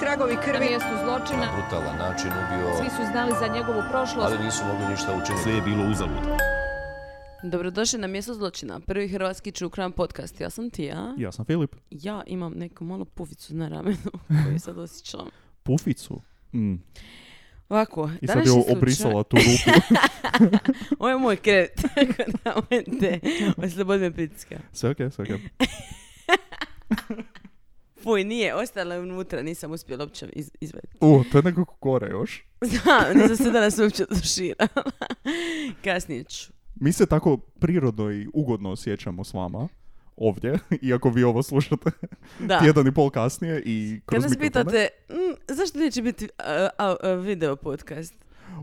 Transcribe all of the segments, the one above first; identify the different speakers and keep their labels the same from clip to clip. Speaker 1: tragovi
Speaker 2: Na
Speaker 1: krvi.
Speaker 2: mjestu zločina,
Speaker 3: brutalan način
Speaker 2: svi
Speaker 3: ubio,
Speaker 2: su znali za njegovu prošlost.
Speaker 3: ali nisu mogli ništa učiniti.
Speaker 4: Sve je bilo uzalud.
Speaker 5: Dobrodošli na mjesto zločina, prvi hrvatski true crime podcast. Ja sam Tija.
Speaker 4: Ja sam Filip.
Speaker 5: Ja imam neku malu puficu na ramenu koju sad osjećam.
Speaker 4: Puficu. Mm.
Speaker 5: Ovako,
Speaker 4: I sad
Speaker 5: današnji
Speaker 4: je
Speaker 5: slučaj-
Speaker 4: obrisala tu rupu.
Speaker 5: Ovo je moj krevet, tako da momente, oslobodi me pritiska.
Speaker 4: Sve okej, sve okej.
Speaker 5: Fuj, nije, ostala je unutra, nisam uspjela uopće iz, izvaditi.
Speaker 4: U, to je nekako kore još.
Speaker 5: Znam, nisam se danas uopće tuširala. Kasnije ću.
Speaker 4: Mi se tako prirodno i ugodno osjećamo s vama ovdje, iako vi ovo slušate
Speaker 5: Da.
Speaker 4: tjedan i pol kasnije i
Speaker 5: Kad
Speaker 4: kroz
Speaker 5: nas
Speaker 4: mikrofone.
Speaker 5: pitate, "Mm, zašto neće biti a, a, a, video podcast?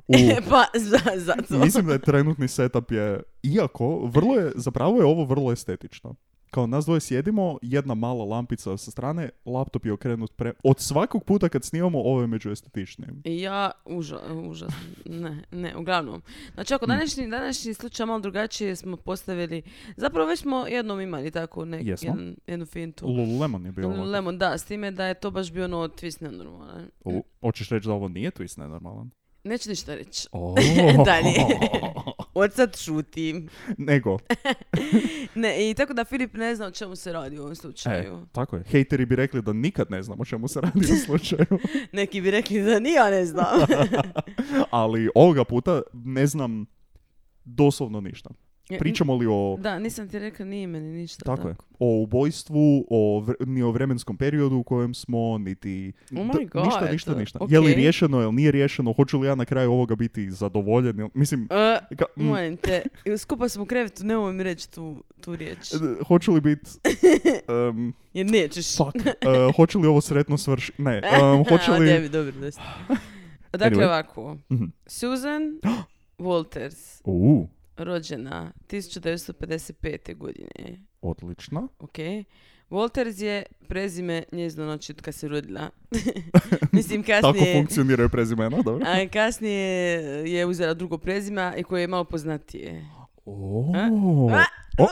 Speaker 4: U,
Speaker 5: pa, za, zato.
Speaker 4: Mislim da je trenutni setup je, iako, vrlo je, zapravo je ovo vrlo estetično. Kao nas dvoje sjedimo, jedna mala lampica sa strane, laptop je okrenut pre... Od svakog puta kad snimamo, ovo je među estetičnim.
Speaker 5: Ja, uža, užas, ne, ne, uglavnom. Znači,
Speaker 4: Mm.
Speaker 5: ako današnji, današnji slučaj malo drugačije smo postavili, zapravo već smo jednom imali tako nek,
Speaker 4: Jesmo.
Speaker 5: jedan- jednu fintu.
Speaker 4: Lululemon je bio ovako.
Speaker 5: Lemon, da, s time da je to baš bio ono twist nenormalan.
Speaker 4: U, hoćeš reći da ovo nije twist nenormalan?
Speaker 5: Neću ništa reći.
Speaker 4: Oh.
Speaker 5: Dalje. Od sad šutim.
Speaker 4: Nego,
Speaker 5: Ne, i tako da Filip ne zna o čemu se radi u ovom
Speaker 4: e,
Speaker 5: slučaju.
Speaker 4: tako je. Hejteri bi rekli da nikad ne znamo o čemu se radi u slučaju,
Speaker 5: Neki bi rekli da ni ja ne znam.
Speaker 4: ali ovoga puta ne znam doslovno ništa. Pričamo li o...
Speaker 5: E, Da, nisam ti rekla ni ime ni ništa.
Speaker 4: Tako je. O ubojstvu, o vr- ni o vremenskom periodu u kojem smo, niti...
Speaker 5: Oh my
Speaker 4: da-
Speaker 5: God,
Speaker 4: ništa, ništa, ništa.
Speaker 5: ok.
Speaker 4: Je li riješeno, je li nije riješeno, hoću li ja na kraju ovoga biti zadovoljen? jel- Mislim,
Speaker 5: E,
Speaker 4: ka- m,
Speaker 5: Molim te, skupa smo u krevetu, nemoj mi reći tu, tu riječ.
Speaker 4: d- hoću li biti... em,
Speaker 5: Jer nećeš.
Speaker 4: fuck, e, hoću li ovo sretno svršiti? Ne, em, Um, hoće
Speaker 5: A,
Speaker 4: li...
Speaker 5: Devi, dobro, dosta. Dakle,
Speaker 4: Anyway.
Speaker 5: ovako.
Speaker 4: Mhm.
Speaker 5: Susan Walters,
Speaker 4: U,
Speaker 5: rođena 1955. godine.
Speaker 4: odlično.
Speaker 5: Ok. Walters je prezime njezino znači od kad se rodila. Mislim,
Speaker 4: Tako
Speaker 5: kasnije...
Speaker 4: funkcioniraju prezimena, dobro.
Speaker 5: A kasnije je uzela drugo prezima i koje je malo poznatije.
Speaker 4: O,
Speaker 5: A?
Speaker 4: o,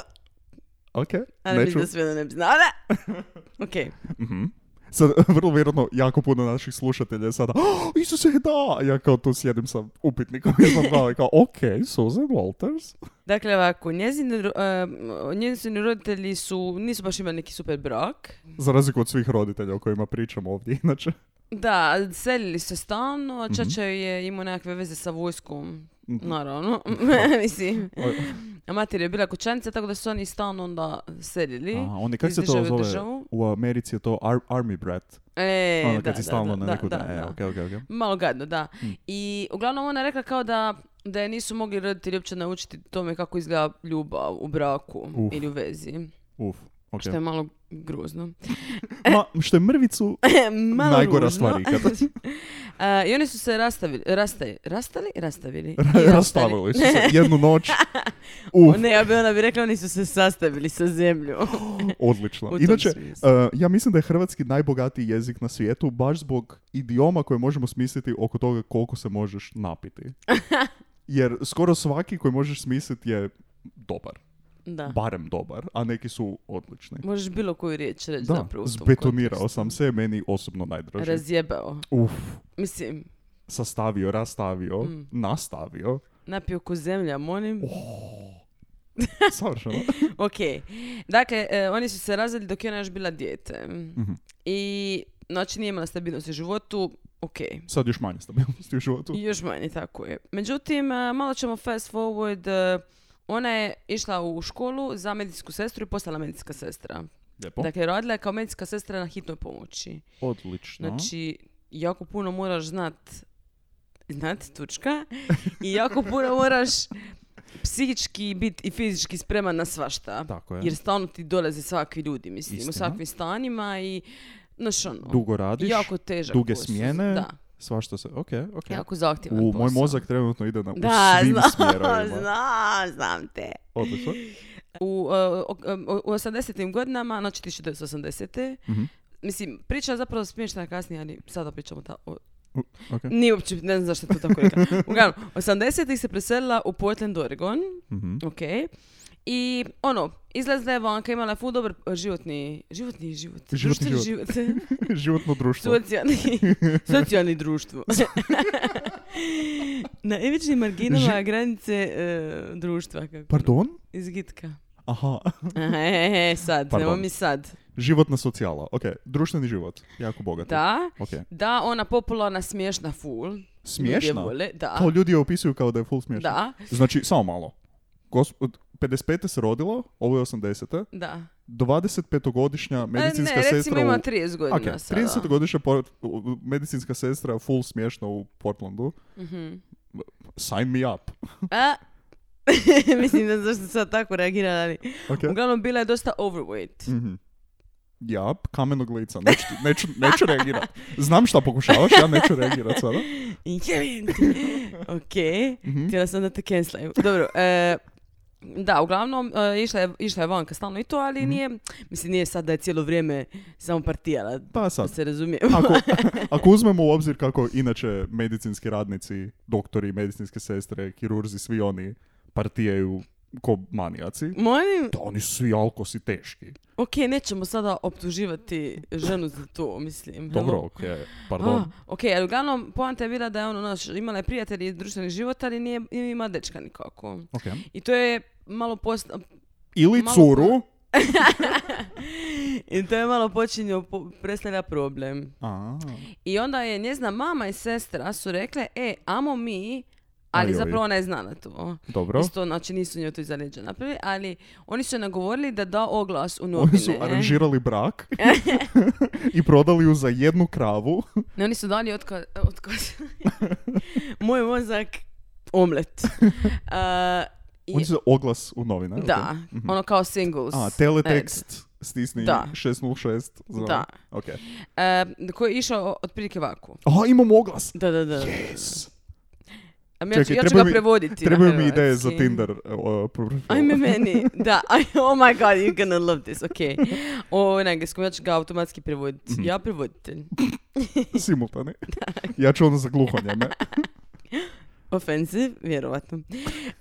Speaker 4: ok,
Speaker 5: Ali
Speaker 4: neću.
Speaker 5: mislim da sve da ne bi znala. Ok.
Speaker 4: Mhm. Sad, vrlo vjerojatno, jako puno naših slušatelja je sada, oh, Isuse, da! Ja kao tu sjedim sa upitnikom, ja sam kao, kao, ok, Susan Walters.
Speaker 5: Dakle, ovako, njezini, ro- em, njezini roditelji su, nisu baš imali neki super brak.
Speaker 4: Za razliku od svih roditelja o kojima pričamo ovdje, inače.
Speaker 5: Da, selili se stalno, a
Speaker 4: Mhm.
Speaker 5: čača joj je imao nekakve veze sa vojskom, naravno, mislim. A mater je bila kućanica, tako da su oni stalno onda selili.
Speaker 4: A, oni, kako
Speaker 5: kako iz se
Speaker 4: se
Speaker 5: to
Speaker 4: to
Speaker 5: države u zove?
Speaker 4: zove?
Speaker 5: državu.
Speaker 4: U Americi je to Army Brat.
Speaker 5: E,
Speaker 4: ono
Speaker 5: da,
Speaker 4: kad si
Speaker 5: da,
Speaker 4: stalno
Speaker 5: da,
Speaker 4: na neku...
Speaker 5: da,
Speaker 4: da,
Speaker 5: da.
Speaker 4: e, okej, Mhm. okej, okej.
Speaker 5: Malo gadno, da. I uglavnom ona je rekla kao da da je nisu mogli roditelji uopće naučiti tome kako izgleda ljubav u braku
Speaker 4: Uf.
Speaker 5: ili u vezi.
Speaker 4: Uf, ok.
Speaker 5: Što je malo grozno.
Speaker 4: Ma, što je mrvicu
Speaker 5: malo
Speaker 4: najgora
Speaker 5: ružno.
Speaker 4: stvar ikada.
Speaker 5: A, I oni su se rastavili, rastaje, rastali, rastavili.
Speaker 4: Rastavili su se jednu noć. Uf,
Speaker 5: Ne, ja bi ona bi rekla, oni su se sastavili sa zemljom.
Speaker 4: Odlično.
Speaker 5: U tom
Speaker 4: Inače,
Speaker 5: smislu.
Speaker 4: eh, ja mislim da je hrvatski najbogatiji jezik na svijetu baš zbog idioma koje možemo smisliti oko toga koliko se možeš napiti. Jer skoro svaki koji možeš smisliti je dobar.
Speaker 5: Da.
Speaker 4: Barem dobar, a neki su odlični.
Speaker 5: Možeš bilo koju riječ reći
Speaker 4: Da,
Speaker 5: zapravo. u tom
Speaker 4: zbetonirao
Speaker 5: kontekstu.
Speaker 4: sam se, meni osobno najdraži.
Speaker 5: Razjebao.
Speaker 4: Uf,
Speaker 5: Mislim,
Speaker 4: sastavio, rastavio,
Speaker 5: Mm.
Speaker 4: nastavio.
Speaker 5: napio ko zemlja, molim.
Speaker 4: Oh. Savršeno.
Speaker 5: Ok. Dakle, e, oni su se razveli dok je ona još bila dijete.
Speaker 4: Mhm.
Speaker 5: I, znači, nije imala stabilnost u životu. Ok.
Speaker 4: Sad još manje stabilnosti u životu.
Speaker 5: Još manje, tako je. Međutim, e, malo ćemo fast forward. e, Ona je išla u školu za medicinsku sestru i postala medicinska sestra.
Speaker 4: Lijepo.
Speaker 5: Dakle, radila je kao medicinska sestra na hitnoj pomoći.
Speaker 4: Odlično.
Speaker 5: Znači, jako puno moraš znat, znat tučka i jako puno moraš psihički biti i fizički spreman na svašta.
Speaker 4: Tako je.
Speaker 5: Jer stalno ti dolaze svakvi ljudi, mislim,
Speaker 4: Istina.
Speaker 5: u svakvim stanima i, znaš ono,
Speaker 4: Dugo radiš,
Speaker 5: jako težak
Speaker 4: duge
Speaker 5: posao.
Speaker 4: smjene,
Speaker 5: Da,
Speaker 4: svašta se, ok, ok.
Speaker 5: jako zahtjevan
Speaker 4: U, moj
Speaker 5: posao.
Speaker 4: mozak trenutno ide na, u
Speaker 5: Da,
Speaker 4: svim
Speaker 5: znam,
Speaker 4: smjerovima.
Speaker 5: znam, znam te.
Speaker 4: Odlično.
Speaker 5: U, uh, ok- um, u 80-im godinama, znači 1980.
Speaker 4: Mhm.
Speaker 5: Mislim, priča je zapravo smiješna kasnije, ali sada pričamo ta, o,
Speaker 4: U, ok.
Speaker 5: Nije uopće, ne znam zašto je to tako rekla. Uglavnom, 80-ih se preselila u Portland, Oregon,
Speaker 4: Mhm.
Speaker 5: ok, I ono, izlazila je vanka, imala je ful dobar eh, životni, životni život.
Speaker 4: Životni
Speaker 5: društveni život.
Speaker 4: Životno društvo.
Speaker 5: Socijalni, socijalni društvo. Na ivičnim marginama granice eh, društva. Kako?
Speaker 4: Pardon?
Speaker 5: Iz Gitka.
Speaker 4: Aha.
Speaker 5: Aha, he, he, he, sad,
Speaker 4: Pardon.
Speaker 5: nemoj mi sad.
Speaker 4: Životna socijala. Ok, društveni život. Jako bogat.
Speaker 5: Da,
Speaker 4: Ok.
Speaker 5: da, ona popularna, smiješna ful. Ljudi je
Speaker 4: Smiješna?
Speaker 5: vole, da,
Speaker 4: Kao ljudi je opisuju kao da je full smiješna.
Speaker 5: da,
Speaker 4: Znači, samo malo. Gos- od 55. se rodila, ovo je 80.
Speaker 5: da.
Speaker 4: 25-godišnja
Speaker 5: E,
Speaker 4: medicinska
Speaker 5: ne, recimo
Speaker 4: sestra
Speaker 5: ima
Speaker 4: u...
Speaker 5: 30
Speaker 4: Ok,
Speaker 5: godina sada.
Speaker 4: 30-godišnja por- u- medicinska sestra full smiješna u Portlandu.
Speaker 5: Mhm.
Speaker 4: Sign me up.
Speaker 5: A, E? mislim da zašto sad tako reagirala, ali...
Speaker 4: Ok.
Speaker 5: Uglavnom, bila je dosta overweight.
Speaker 4: Mhm. Ja, kamenog lica. Neću, neću, neću reagirat. Znam šta pokušavaš, ja neću reagirat sada.
Speaker 5: Jebem ti. ok,
Speaker 4: Mhm.
Speaker 5: htjela sam da te cancelim. Dobro, e, da, uglavnom, e, išla, je, išla je vanka stalno i to, ali
Speaker 4: Mhm.
Speaker 5: nije, mislim, nije sad da je cijelo vrijeme samo partijala,
Speaker 4: Pa
Speaker 5: da
Speaker 4: sad,
Speaker 5: se razumije.
Speaker 4: ako, ako uzmemo u obzir kako inače medicinski radnici, doktori, medicinske sestre, kirurzi, svi oni partijaju ko manijaci,
Speaker 5: Mm. Molim,
Speaker 4: da oni su svi alkosi teški.
Speaker 5: ok, nećemo sada optuživati ženu za to, mislim.
Speaker 4: Dobro,
Speaker 5: Hello.
Speaker 4: ok, pardon.
Speaker 5: Ah, ok, ali uglavnom, poanta je bila da je ono, naš, imala je prijatelji i društveni život, ali nije nije ima dečka nikako.
Speaker 4: Ok.
Speaker 5: I to je malo post,
Speaker 4: Ili
Speaker 5: Malo-
Speaker 4: curu.
Speaker 5: I to je malo počinio, po- predstavlja problem.
Speaker 4: A,
Speaker 5: I onda je njezna mama i sestra su rekle, e, amo mi, ali
Speaker 4: Ajoj.
Speaker 5: zapravo ona je znala to.
Speaker 4: dobro.
Speaker 5: Isto, znači nisu njoj to iza leđa napravili, ali oni su joj nagovorili da da oglas u novine. e.
Speaker 4: Oni su aranžirali brak i prodali ju za jednu kravu.
Speaker 5: Ne, oni su dali otkaz. otkaz. Moj mozak, omlet. A, i-
Speaker 4: Oni su oglas u novine. ok.
Speaker 5: da, ono kao singles.
Speaker 4: Mhm. A, teletext stisni
Speaker 5: Da.
Speaker 4: 606. za-
Speaker 5: Da.
Speaker 4: Ok.
Speaker 5: E, koji je išao o- otprilike ovako.
Speaker 4: Aha, imamo oglas.
Speaker 5: Da, da, da.
Speaker 4: Yes.
Speaker 5: A ja, ću-
Speaker 4: Čekaj,
Speaker 5: ja ću
Speaker 4: trebaju
Speaker 5: ga
Speaker 4: mi-
Speaker 5: prevoditi. na
Speaker 4: Trebaju mi ideje za
Speaker 5: hrvatski.
Speaker 4: Tinder. uh, profil.
Speaker 5: Ajme meni, da, aj, oh my god, you're gonna love this, ok. O, na engleskom, ja ću ga automatski prevoditi.
Speaker 4: Mhm.
Speaker 5: Ja prevoditelj.
Speaker 4: Simultani. Ja ću ono za gluhonjeme.
Speaker 5: Offensive, vjerovatno.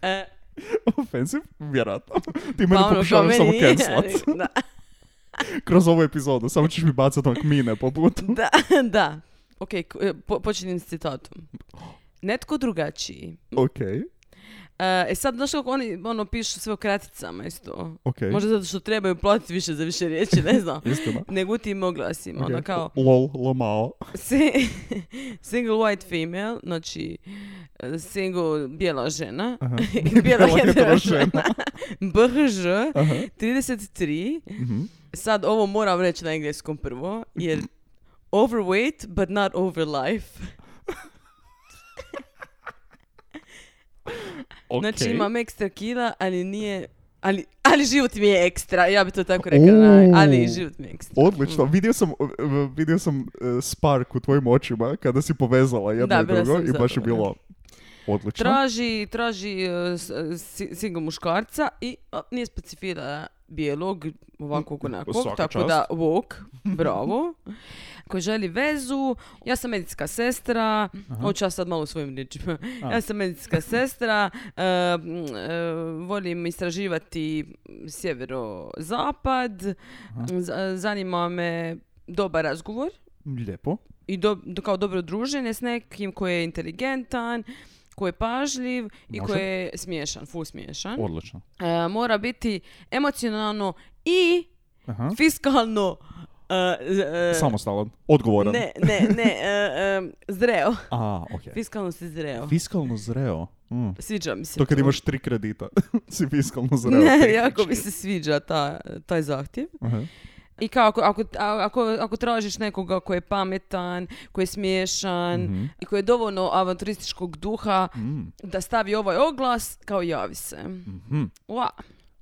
Speaker 5: E,
Speaker 4: Offensive? Vjerojatno. Ti
Speaker 5: pa
Speaker 4: mene
Speaker 5: ono, kao
Speaker 4: pokušavaš
Speaker 5: meni
Speaker 4: samo
Speaker 5: nije,
Speaker 4: cancelat.
Speaker 5: ali- da,
Speaker 4: Kroz ovu epizodu. Samo ćeš mi bacati onak mine po putu.
Speaker 5: da, da. Ok, k- e, po, počinjem s citatom. Netko drugačiji.
Speaker 4: Ok.
Speaker 5: E, e sad, znaš kako oni ono, pišu sve u kraticama isto.
Speaker 4: Ok.
Speaker 5: Možda zato što trebaju platiti više za više riječi, ne znam.
Speaker 4: Istina.
Speaker 5: Nego u tim oglasima,
Speaker 4: Ok.
Speaker 5: ono kao...
Speaker 4: Lol, lomao.
Speaker 5: Si- single white female, znači e, single bijela žena,
Speaker 4: Aha.
Speaker 5: bijela
Speaker 4: Bijela
Speaker 5: hetero
Speaker 4: heterožena.
Speaker 5: žena, BHŽ,
Speaker 4: Aha.
Speaker 5: 33,
Speaker 4: Mhm.
Speaker 5: sad ovo moram reći na engleskom prvo, jer overweight but not overlife. Znači
Speaker 4: Ok.
Speaker 5: imam ekstra kila, ali nije... Ali, ali život mi je ekstra, ja bi to tako rekla, na- ali
Speaker 4: Uuu.
Speaker 5: život mi je ekstra.
Speaker 4: Odlično, vidio sam, uh, uh, vidio sam uh, spark u tvojim očima kada si povezala jedno
Speaker 5: Da,
Speaker 4: i
Speaker 5: bila
Speaker 4: drugo
Speaker 5: sam
Speaker 4: i baš je
Speaker 5: zadovoljna.
Speaker 4: bilo odlično.
Speaker 5: Traži, traži e, s- e, si- single muškarca i a, nije specifira bijelog, ovakvog onakvog,
Speaker 4: Svaka
Speaker 5: tako
Speaker 4: Mm, čast.
Speaker 5: da woke, bravo. Koji želi vezu, ja sam medicinska sestra, hoću ja sad malo u svojim riječima,
Speaker 4: A.
Speaker 5: ja sam medicinska sestra, e, m, e, volim istraživati sjevero-zapad, Z- eh, zanima me dobar razgovor,
Speaker 4: Lijepo.
Speaker 5: i do, do- kao dobro druženje s nekim koji je inteligentan, koji je pažljiv i
Speaker 4: Može.
Speaker 5: koji je smiješan, ful smiješan.
Speaker 4: Odlično.
Speaker 5: E, mora biti emocionalno i
Speaker 4: Aha.
Speaker 5: fiskalno e, e,
Speaker 4: Samostalan. Odgovoran.
Speaker 5: ne, ne, ne, e, e, zreo.
Speaker 4: A, ok.
Speaker 5: Fiskalno si zreo.
Speaker 4: Fiskalno zreo. Mm.
Speaker 5: Sviđa mi se
Speaker 4: To kad imaš tri kredita, si fiskalno zreo.
Speaker 5: Ne,
Speaker 4: tehnički.
Speaker 5: jako mi se sviđa ta, taj zahtjev.
Speaker 4: Aha.
Speaker 5: I kao ako, ako, a- ako, ako tražiš nekoga koji je pametan, koji je smiješan
Speaker 4: Mhm.
Speaker 5: i koji je dovoljno avanturističkog duha
Speaker 4: Mm.
Speaker 5: da stavi ovaj oglas kao javi se.
Speaker 4: Mhm.
Speaker 5: Ua,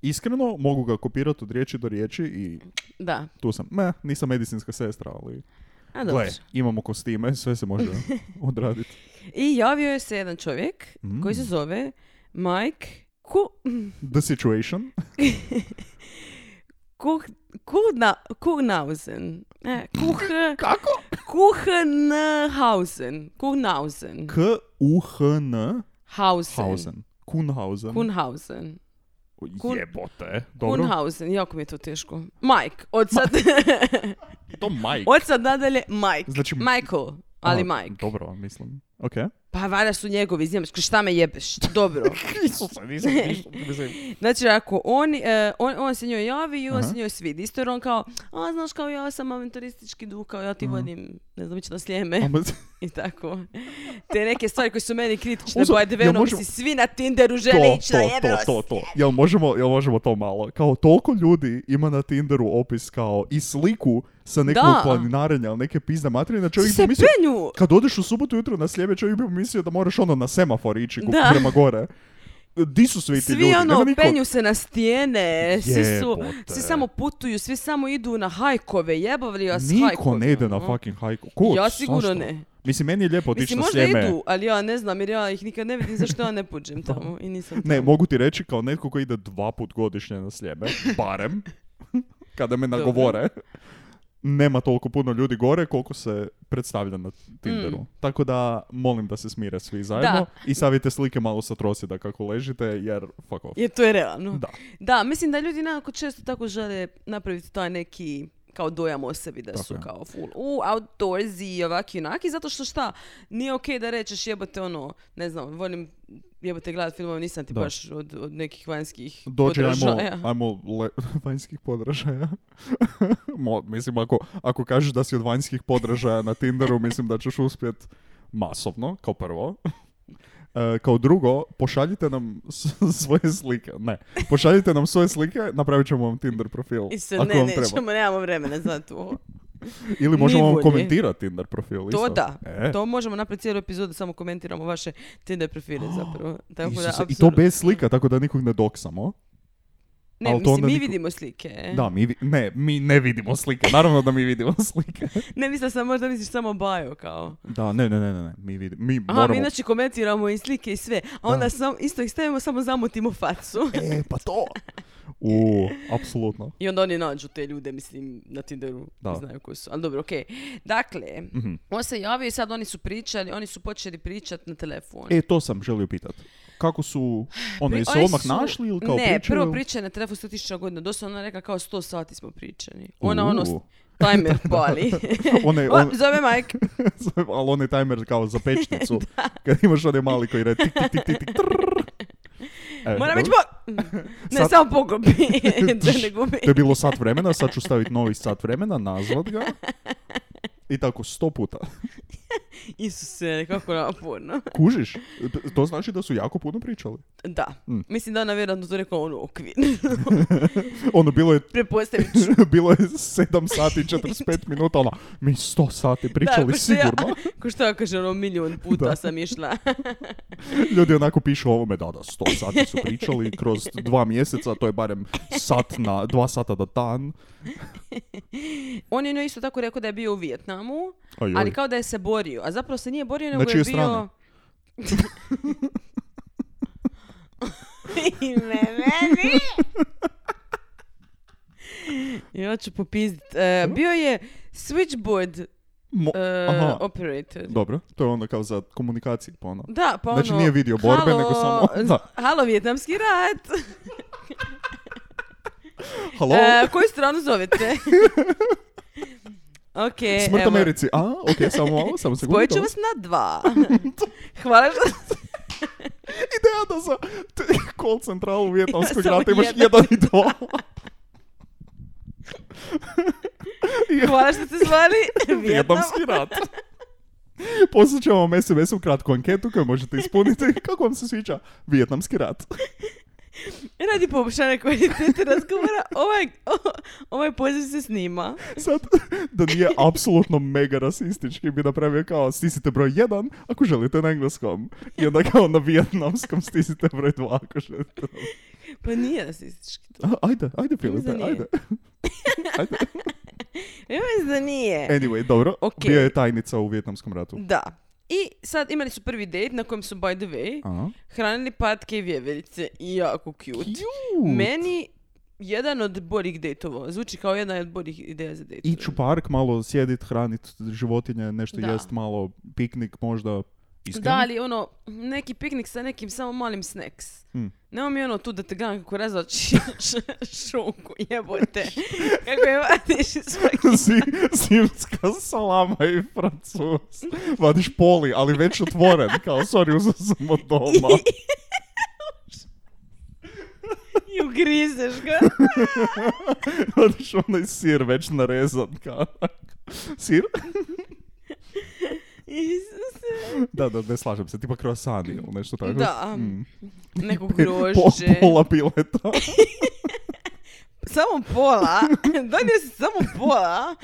Speaker 4: Iskreno, mogu ga kopirati od riječi do riječi i
Speaker 5: da.
Speaker 4: tu sam. Ne, nisam medicinska sestra, ali...
Speaker 5: A dobro.
Speaker 4: Gle, imamo kostime, sve se može odraditi.
Speaker 5: I javio je se jedan čovjek
Speaker 4: Mm.
Speaker 5: koji se zove Mike Ku...
Speaker 4: The situation.
Speaker 5: Kuh... Kuhna... Kuhnausen. E, kuh...
Speaker 4: Kako?
Speaker 5: Kuhnhausen. Kuhnhausen.
Speaker 4: K-U-H-N
Speaker 5: Hausen.
Speaker 4: Hausen. Kunhausen.
Speaker 5: Kuhnhausen. Kun-
Speaker 4: Jebote. eh. Dobro.
Speaker 5: Kunhausen, jako mi je to teško. Mike, od sad,
Speaker 4: I to Mike.
Speaker 5: od sad nadalje Mike.
Speaker 4: Znači-
Speaker 5: Michael, ali
Speaker 4: A,
Speaker 5: Mike.
Speaker 4: Dobro, mislim. Ok.
Speaker 5: Pa valjda su njegovi iz Njemačke, šta me jebeš? Dobro.
Speaker 4: Isuse, nisam ništa. mislim.
Speaker 5: Znači, ako oni, e, on, on se njoj javi i on
Speaker 4: Aha.
Speaker 5: se njoj svidi. Isto jer on kao, a znaš kao ja sam aventuristički duh, kao ja ti
Speaker 4: Mhm.
Speaker 5: vodim, ne znam, ići na slijeme
Speaker 4: Ama-
Speaker 5: i tako. Te neke stvari koje su meni kritične,
Speaker 4: Uzo,
Speaker 5: by the way,
Speaker 4: jel
Speaker 5: ono,
Speaker 4: možemo-
Speaker 5: mislim, svi na Tinderu žele
Speaker 4: to,
Speaker 5: ići
Speaker 4: to,
Speaker 5: na
Speaker 4: to,
Speaker 5: jebeno
Speaker 4: to, to. Jel možemo, jel možemo to malo? Kao toliko ljudi ima na Tinderu opis kao i sliku sa nekog
Speaker 5: Da.
Speaker 4: planinarenja ili neke pizne materije. Znači,
Speaker 5: slijeme.
Speaker 4: čovjek
Speaker 5: Se
Speaker 4: bi mislio,
Speaker 5: penju!
Speaker 4: kad odeš u subotu jutro na sljeme, čovjek bi mislio da moraš ono na semafor ići ku-
Speaker 5: Da.
Speaker 4: prema gore. Di su svi ti
Speaker 5: Svi
Speaker 4: ljudi?
Speaker 5: ono,
Speaker 4: Nema nikog.
Speaker 5: penju se na stijene, svi su,
Speaker 4: Jebote.
Speaker 5: svi samo putuju, svi samo idu na hajkove, jebavli vas
Speaker 4: Niko
Speaker 5: hajkovi,
Speaker 4: ne ide na
Speaker 5: ono.
Speaker 4: fucking hajku. Ko?
Speaker 5: Ja sigurno
Speaker 4: Zašto?
Speaker 5: ne.
Speaker 4: Mislim, meni je lijepo otići
Speaker 5: Mislim,
Speaker 4: na
Speaker 5: možda
Speaker 4: sjeme.
Speaker 5: idu, ali ja ne znam, jer ja ih nikad ne vidim, zašto ja ne puđem tamo i nisam
Speaker 4: Ne,
Speaker 5: tamo.
Speaker 4: mogu ti reći kao netko koji ide dva put godišnje na sljeme, barem, kada me
Speaker 5: Dobro.
Speaker 4: nagovore, nema toliko puno ljudi gore koliko se predstavlja na Tinderu.
Speaker 5: Mm.
Speaker 4: Tako da molim da se smire svi zajedno i savite slike malo sa trosjeda kako ležite, jer fuck off.
Speaker 5: Jer to je realno.
Speaker 4: Da.
Speaker 5: Da, mislim da ljudi nekako često tako žele napraviti taj neki kao dojam o sebi da
Speaker 4: Tako
Speaker 5: su
Speaker 4: je.
Speaker 5: kao full u, outdoorsy i ovaki i onaki, zato što šta, nije okej da rečeš jebote ono, ne znam, volim jebote gledat filmove, nisam ti
Speaker 4: Da.
Speaker 5: baš od, od nekih vanjskih
Speaker 4: Dođe, ajmo,
Speaker 5: podražaja.
Speaker 4: ajmo le- vanjskih podražaja. Mo- mislim, ako, ako kažeš da si od vanjskih podražaja na Tinderu, mislim da ćeš uspjet masovno, kao prvo. E, kao drugo, pošaljite nam s- svoje slike. Ne, pošaljite nam svoje slike, napravit ćemo vam Tinder profil.
Speaker 5: I se
Speaker 4: ako
Speaker 5: ne,
Speaker 4: vam
Speaker 5: nećemo, nemamo vremena za to.
Speaker 4: treba. Ili možemo
Speaker 5: Ni
Speaker 4: vam
Speaker 5: volje.
Speaker 4: komentirati Tinder profil.
Speaker 5: To
Speaker 4: isto.
Speaker 5: da,
Speaker 4: E,
Speaker 5: to možemo napraviti cijelu epizodu, samo komentiramo vaše Tinder profile zapravo. Tako
Speaker 4: Isuse,
Speaker 5: da,
Speaker 4: I to
Speaker 5: apsolutno.
Speaker 4: bez slika, tako da nikog ne doksamo.
Speaker 5: Ne,
Speaker 4: ali to
Speaker 5: mislim,
Speaker 4: onda
Speaker 5: mi
Speaker 4: niko-
Speaker 5: vidimo slike.
Speaker 4: Da, mi, vi- ne, mi ne vidimo slike. Naravno da mi vidimo slike.
Speaker 5: Ne, mislila sam, možda misliš samo bio kao.
Speaker 4: Da, ne, ne, ne, ne, ne. mi vidimo. Mi
Speaker 5: Aha,
Speaker 4: moramo...
Speaker 5: mi znači komentiramo i slike i sve, a onda sam, isto ih stavimo, samo zamutimo facu.
Speaker 4: E, pa to! U, apsolutno.
Speaker 5: I onda oni nađu te ljude, mislim, na Tinderu,
Speaker 4: Da.
Speaker 5: znaju koji su. Ali dobro, okej. Dakle,
Speaker 4: Mhm.
Speaker 5: on se javio i sad oni su pričali, oni su počeli pričati na telefon.
Speaker 4: E, to sam želio pitat. Kako su, ono,
Speaker 5: Pri-
Speaker 4: jesu
Speaker 5: oni
Speaker 4: odmah
Speaker 5: su-
Speaker 4: našli ili kao
Speaker 5: ne,
Speaker 4: pričaju?
Speaker 5: prvo pričaju na telefon 100.000 godina. Doslovno ona rekla kao 100 sati smo pričani. Ona ono,
Speaker 4: U.
Speaker 5: s- timer pali.
Speaker 4: One,
Speaker 5: O,
Speaker 4: on,
Speaker 5: zove Mike.
Speaker 4: ali onaj timer kao za pečnicu. kad imaš onaj mali koji radi tik, tik, tik, tik, tik, trrr. E,
Speaker 5: Moram
Speaker 4: dobro.
Speaker 5: ići po... Ne,
Speaker 4: Sad-
Speaker 5: samo pogopi. da ne gubi.
Speaker 4: To je bilo sat vremena, sad ću staviti novi sat vremena, nazvat ga. I tako, sto puta.
Speaker 5: Isuse, kako naporno.
Speaker 4: Kužiš? T- To znači da su jako puno pričali.
Speaker 5: Da.
Speaker 4: Mm.
Speaker 5: Mislim da ona vjerojatno to rekla ono okvir.
Speaker 4: Ono, bilo je
Speaker 5: Prepostavit ću.
Speaker 4: bilo je 7 sati i 45 minuta, ono, mi 100 sati pričali
Speaker 5: ko što ja-
Speaker 4: sigurno.
Speaker 5: Ko što ja kažem, ono milion puta
Speaker 4: Da.
Speaker 5: sam išla. ja.
Speaker 4: Ljudi onako pišu o ovome, da, da, 100 sati su pričali kroz dva mjeseca, to je barem sat na, dva sata da dan.
Speaker 5: On je njoj isto tako rekao da je bio u Vijetnamu,
Speaker 4: Ajoj.
Speaker 5: ali kao da je se borio. A zapravo se nije borio, nego
Speaker 4: Na
Speaker 5: je
Speaker 4: čijoj
Speaker 5: bio... I me meni. Ja ću popizdit. E, bio je switchboard e,
Speaker 4: Mo- Aha.
Speaker 5: operator.
Speaker 4: Dobro, to je ono kao za komunikaciju, pa ono.
Speaker 5: Da, pa ono...
Speaker 4: Znači nije vidio borbe, nego samo-
Speaker 5: "Halo,
Speaker 4: Da.
Speaker 5: Halo, vjetnamski rat!
Speaker 4: Halo,
Speaker 5: E, koju stranu zovete? ok,
Speaker 4: smrt
Speaker 5: e, evo.
Speaker 4: Americi, a? Ok, samo malo, samo sekundu.
Speaker 5: Spojit ću
Speaker 4: dobro.
Speaker 5: vas na dva. Hvala što...
Speaker 4: Ideja da za t- call centralu vjetnamskog
Speaker 5: Ima samo
Speaker 4: rata imaš
Speaker 5: jedan.
Speaker 4: jedan i dva. Ja.
Speaker 5: Hvala što ste zvali Vjetnam.
Speaker 4: Vijetnamski rat. Poslat ćemo vam SMS-om kratku anketu koju možete ispuniti. Kako vam se sviđa? Vijetnamski rat.
Speaker 5: Radi poboljšanja kvalitete razgovora, ovaj, o- ovaj poziv se snima.
Speaker 4: Sad, da nije apsolutno mega rasistički, bi napravio kao stisite broj 1 ako želite na engleskom. I onda kao na vijetnamskom stisite broj 2 ako želite.
Speaker 5: Pa nije rasistički to.
Speaker 4: A, ajde, ajde Filipe,
Speaker 5: Mislim da nije.
Speaker 4: ajde. ajde.
Speaker 5: Ja mislim da nije.
Speaker 4: Anyway, dobro,
Speaker 5: Ok.
Speaker 4: bio je tajnica u vijetnamskom ratu.
Speaker 5: Da. I sad imali su prvi date na kojem su, by the way,
Speaker 4: A?
Speaker 5: hranili patke i vjeverice. I jako cute. Meni jedan od borih dejtova. Zvuči kao jedna od borih ideja za dejtove.
Speaker 4: Ić u park, malo sjedit, hranit životinje, nešto
Speaker 5: Da.
Speaker 4: jest, malo piknik možda.
Speaker 5: Da,
Speaker 4: Iskreno?
Speaker 5: ali ono, neki piknik sa nekim samo malim snacks.
Speaker 4: Mm.
Speaker 5: Nema mi ono tu da te gledam kako razlači šunku, jebote. kako je vadiš iz fucking-
Speaker 4: Zi- zimska salama i francus. Vadiš poli, ali već otvoren. Kao, sorry, uzeo sam od doma.
Speaker 5: i ugrizeš ga.
Speaker 4: Vadiš onaj sir već narezan. Kao. Sir?
Speaker 5: Isuse.
Speaker 4: Da, da, ne slažem se. Tipa croissani ili nešto tako.
Speaker 5: Da.
Speaker 4: Mm.
Speaker 5: Neko
Speaker 4: Po,
Speaker 5: grožđe.
Speaker 4: pola pileta.
Speaker 5: Samo pola. Donio si samo pola.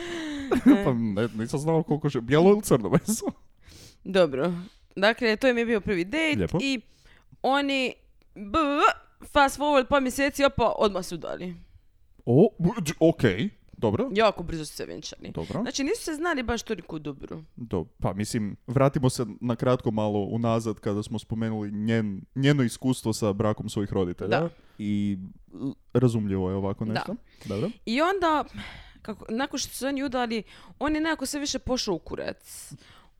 Speaker 4: pa ne, nisam znao koliko će. Bijelo ili crno meso?
Speaker 5: Dobro. Dakle, to im je bio prvi date
Speaker 4: Lijepo.
Speaker 5: i oni b, b, b- fast forward par mjeseci, opa, odmah su udali.
Speaker 4: O, buđ- okej. Dobro.
Speaker 5: Jako brzo su se vjenčali.
Speaker 4: Dobro.
Speaker 5: Znači nisu se znali baš toliko dobro.
Speaker 4: Do, pa mislim, vratimo se na kratko malo unazad kada smo spomenuli njen, njeno iskustvo sa brakom svojih roditelja.
Speaker 5: Da.
Speaker 4: I l- razumljivo je ovako
Speaker 5: Da.
Speaker 4: nešto. Dobro.
Speaker 5: I onda, kako, nakon što su se oni udali, on je nekako sve više pošao u kurac.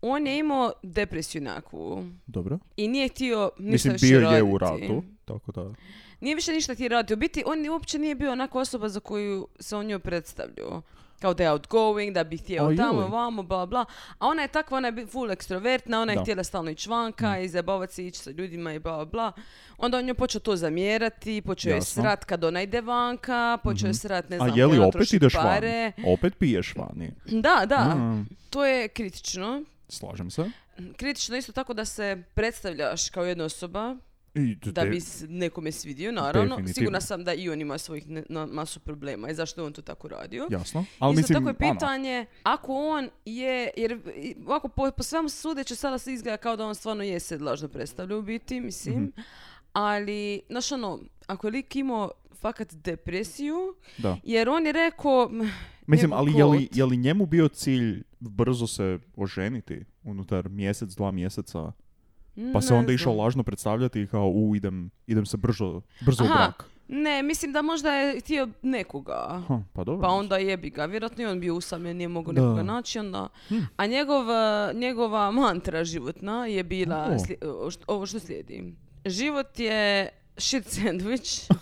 Speaker 5: On je imao depresiju nekakvu.
Speaker 4: Dobro.
Speaker 5: I nije htio ništa
Speaker 4: mislim,
Speaker 5: više
Speaker 4: bio
Speaker 5: raditi.
Speaker 4: je u ratu. Tako da.
Speaker 5: Nije više ništa htio raditi. U biti, on uopće nije bio onako osoba za koju se on njoj predstavljao. Kao da je outgoing, da bi htio
Speaker 4: A,
Speaker 5: tamo,
Speaker 4: joj.
Speaker 5: vamo, bla, bla. A ona je takva, ona je bi- full ekstrovertna, ona je
Speaker 4: Da. Mm.
Speaker 5: htjela stalno ići vanka i zabavati se, ići sa ljudima i bla, bla. Onda on njoj počeo to zamjerati, počeo je
Speaker 4: Jasno. Mhm.
Speaker 5: srat kad ona ide vanka, počeo je srat, ne znam,
Speaker 4: A je li
Speaker 5: koja
Speaker 4: opet
Speaker 5: troši
Speaker 4: ideš
Speaker 5: pare.
Speaker 4: van? Opet piješ vani?
Speaker 5: Da, da.
Speaker 4: Mm,
Speaker 5: To je kritično.
Speaker 4: slažem se.
Speaker 5: Kritično je isto tako da se predstavljaš kao jedna osoba,
Speaker 4: I
Speaker 5: da
Speaker 4: de-
Speaker 5: bi se nekome svidio, naravno.
Speaker 4: Definitivno.
Speaker 5: Sigurna sam da i on ima svojih ne- na- masu problema i zašto je on to tako radio.
Speaker 4: Jasno. Ali
Speaker 5: Isto
Speaker 4: mislim,
Speaker 5: tako je
Speaker 4: ono,
Speaker 5: pitanje, ako on je, jer i- ovako po, po svemu sudeću sada se izgleda kao da on stvarno je se lažno predstavlja u biti, mislim.
Speaker 4: Mhm.
Speaker 5: Ali, znaš ono, ako je lik imao fakat depresiju,
Speaker 4: da.
Speaker 5: jer on je rekao... m,
Speaker 4: Mislim,
Speaker 5: njegov
Speaker 4: ali je li,
Speaker 5: quote,
Speaker 4: je li njemu bio cilj brzo se oženiti unutar mjesec, dva mjeseca? Pa se
Speaker 5: ne
Speaker 4: onda išao
Speaker 5: znam.
Speaker 4: lažno predstavljati i kao, u, idem, idem se brzo, brzo u
Speaker 5: Aha.
Speaker 4: brak.
Speaker 5: Ne, mislim da možda je htio nekoga.
Speaker 4: Ha, pa dobro.
Speaker 5: Pa onda jebi ga, vjerojatno je on bio usamljen, nije mogao
Speaker 4: Da. Hm.
Speaker 5: nekoga naći, onda... A njegov, eh, njegova mantra životna je bila
Speaker 4: O.
Speaker 5: sli- o, što- ovo što slijedi. Život je shit sandwich,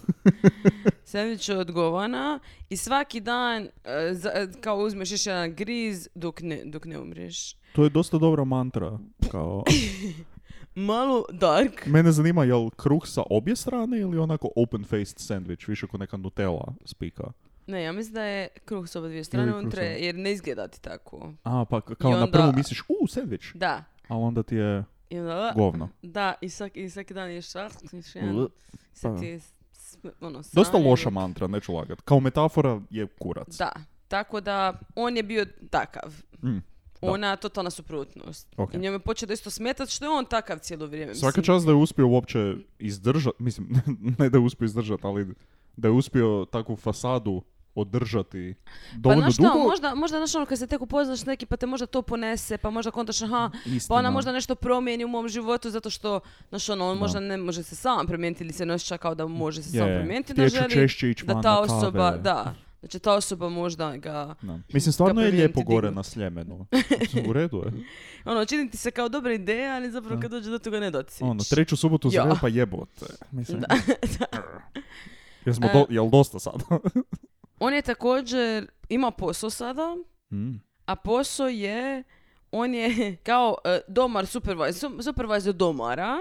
Speaker 5: sandwich od govana i svaki dan eh, za- eh, kao uzmeš još jedan griz dok ne, dok ne umriješ.
Speaker 4: To je dosta dobra mantra. Kao,
Speaker 5: Malo dark.
Speaker 4: mene zanima, je li kruh sa obje strane ili onako open-faced sandwich, više ko neka Nutella spika?
Speaker 5: Ne, ja mislim da je kruh s oba dvije strane
Speaker 4: kruh sa
Speaker 5: unutra,
Speaker 4: oba-
Speaker 5: jer ne izgleda ti tako.
Speaker 4: A, pa k- kao
Speaker 5: I
Speaker 4: na
Speaker 5: onda-
Speaker 4: prvu misliš, u, sandwich,
Speaker 5: Da.
Speaker 4: ali onda ti je
Speaker 5: I onda,
Speaker 4: govno.
Speaker 5: da, i, svaki- i svaki dan ješ šahtniš
Speaker 4: Ble.
Speaker 5: Sad
Speaker 4: Pa.
Speaker 5: ti je s- sm- ono,
Speaker 4: Dosta
Speaker 5: sranje.
Speaker 4: loša mantra, neću lagat. Kao metafora je kurac.
Speaker 5: Da, tako da on je bio takav.
Speaker 4: Mm, da.
Speaker 5: Ona je totalna suprotnost.
Speaker 4: Ok.
Speaker 5: I njemu je počeo da isto smetat što je on takav cijelo vrijeme.
Speaker 4: Svaka
Speaker 5: mislim.
Speaker 4: čast da je uspio uopće izdržati, mislim, ne da je uspio izdržati, ali da je uspio takvu fasadu održati
Speaker 5: Pa
Speaker 4: dovoljno
Speaker 5: znaš šta,
Speaker 4: dugo.
Speaker 5: možda, možda znaš ono kad se tek upoznaš neki pa te možda to ponese, pa možda kontaš aha, pa
Speaker 4: Istina.
Speaker 5: ona možda nešto promijeni u mom životu zato što, znaš ono, on
Speaker 4: Da.
Speaker 5: možda ne može se sam promijeniti ili se ne osjeća kao da može se sam
Speaker 4: Je,
Speaker 5: promijeniti,
Speaker 4: htjet
Speaker 5: da
Speaker 4: ću
Speaker 5: želi
Speaker 4: češće ići
Speaker 5: da
Speaker 4: van
Speaker 5: ta
Speaker 4: na
Speaker 5: osoba,
Speaker 4: kave.
Speaker 5: da, znači ta osoba možda ga
Speaker 4: Da. Mislim, stvarno je
Speaker 5: Kako bi
Speaker 4: lijepo
Speaker 5: ti
Speaker 4: gore
Speaker 5: dignut?
Speaker 4: na Sljemenu. U redu je.
Speaker 5: Ono, čini ti se kao dobra ideja, ali zapravo kad dođe do toga ne dociš.
Speaker 4: Ono, treću subotu za
Speaker 5: Ja.
Speaker 4: redom, pa jebote. Mislim. Da,
Speaker 5: E.
Speaker 4: Jesmo do, jel dosta sad?
Speaker 5: On je također, ima posao sada,
Speaker 4: mm.
Speaker 5: a posao je, on je kao e, domar, supervisor, supervisor domara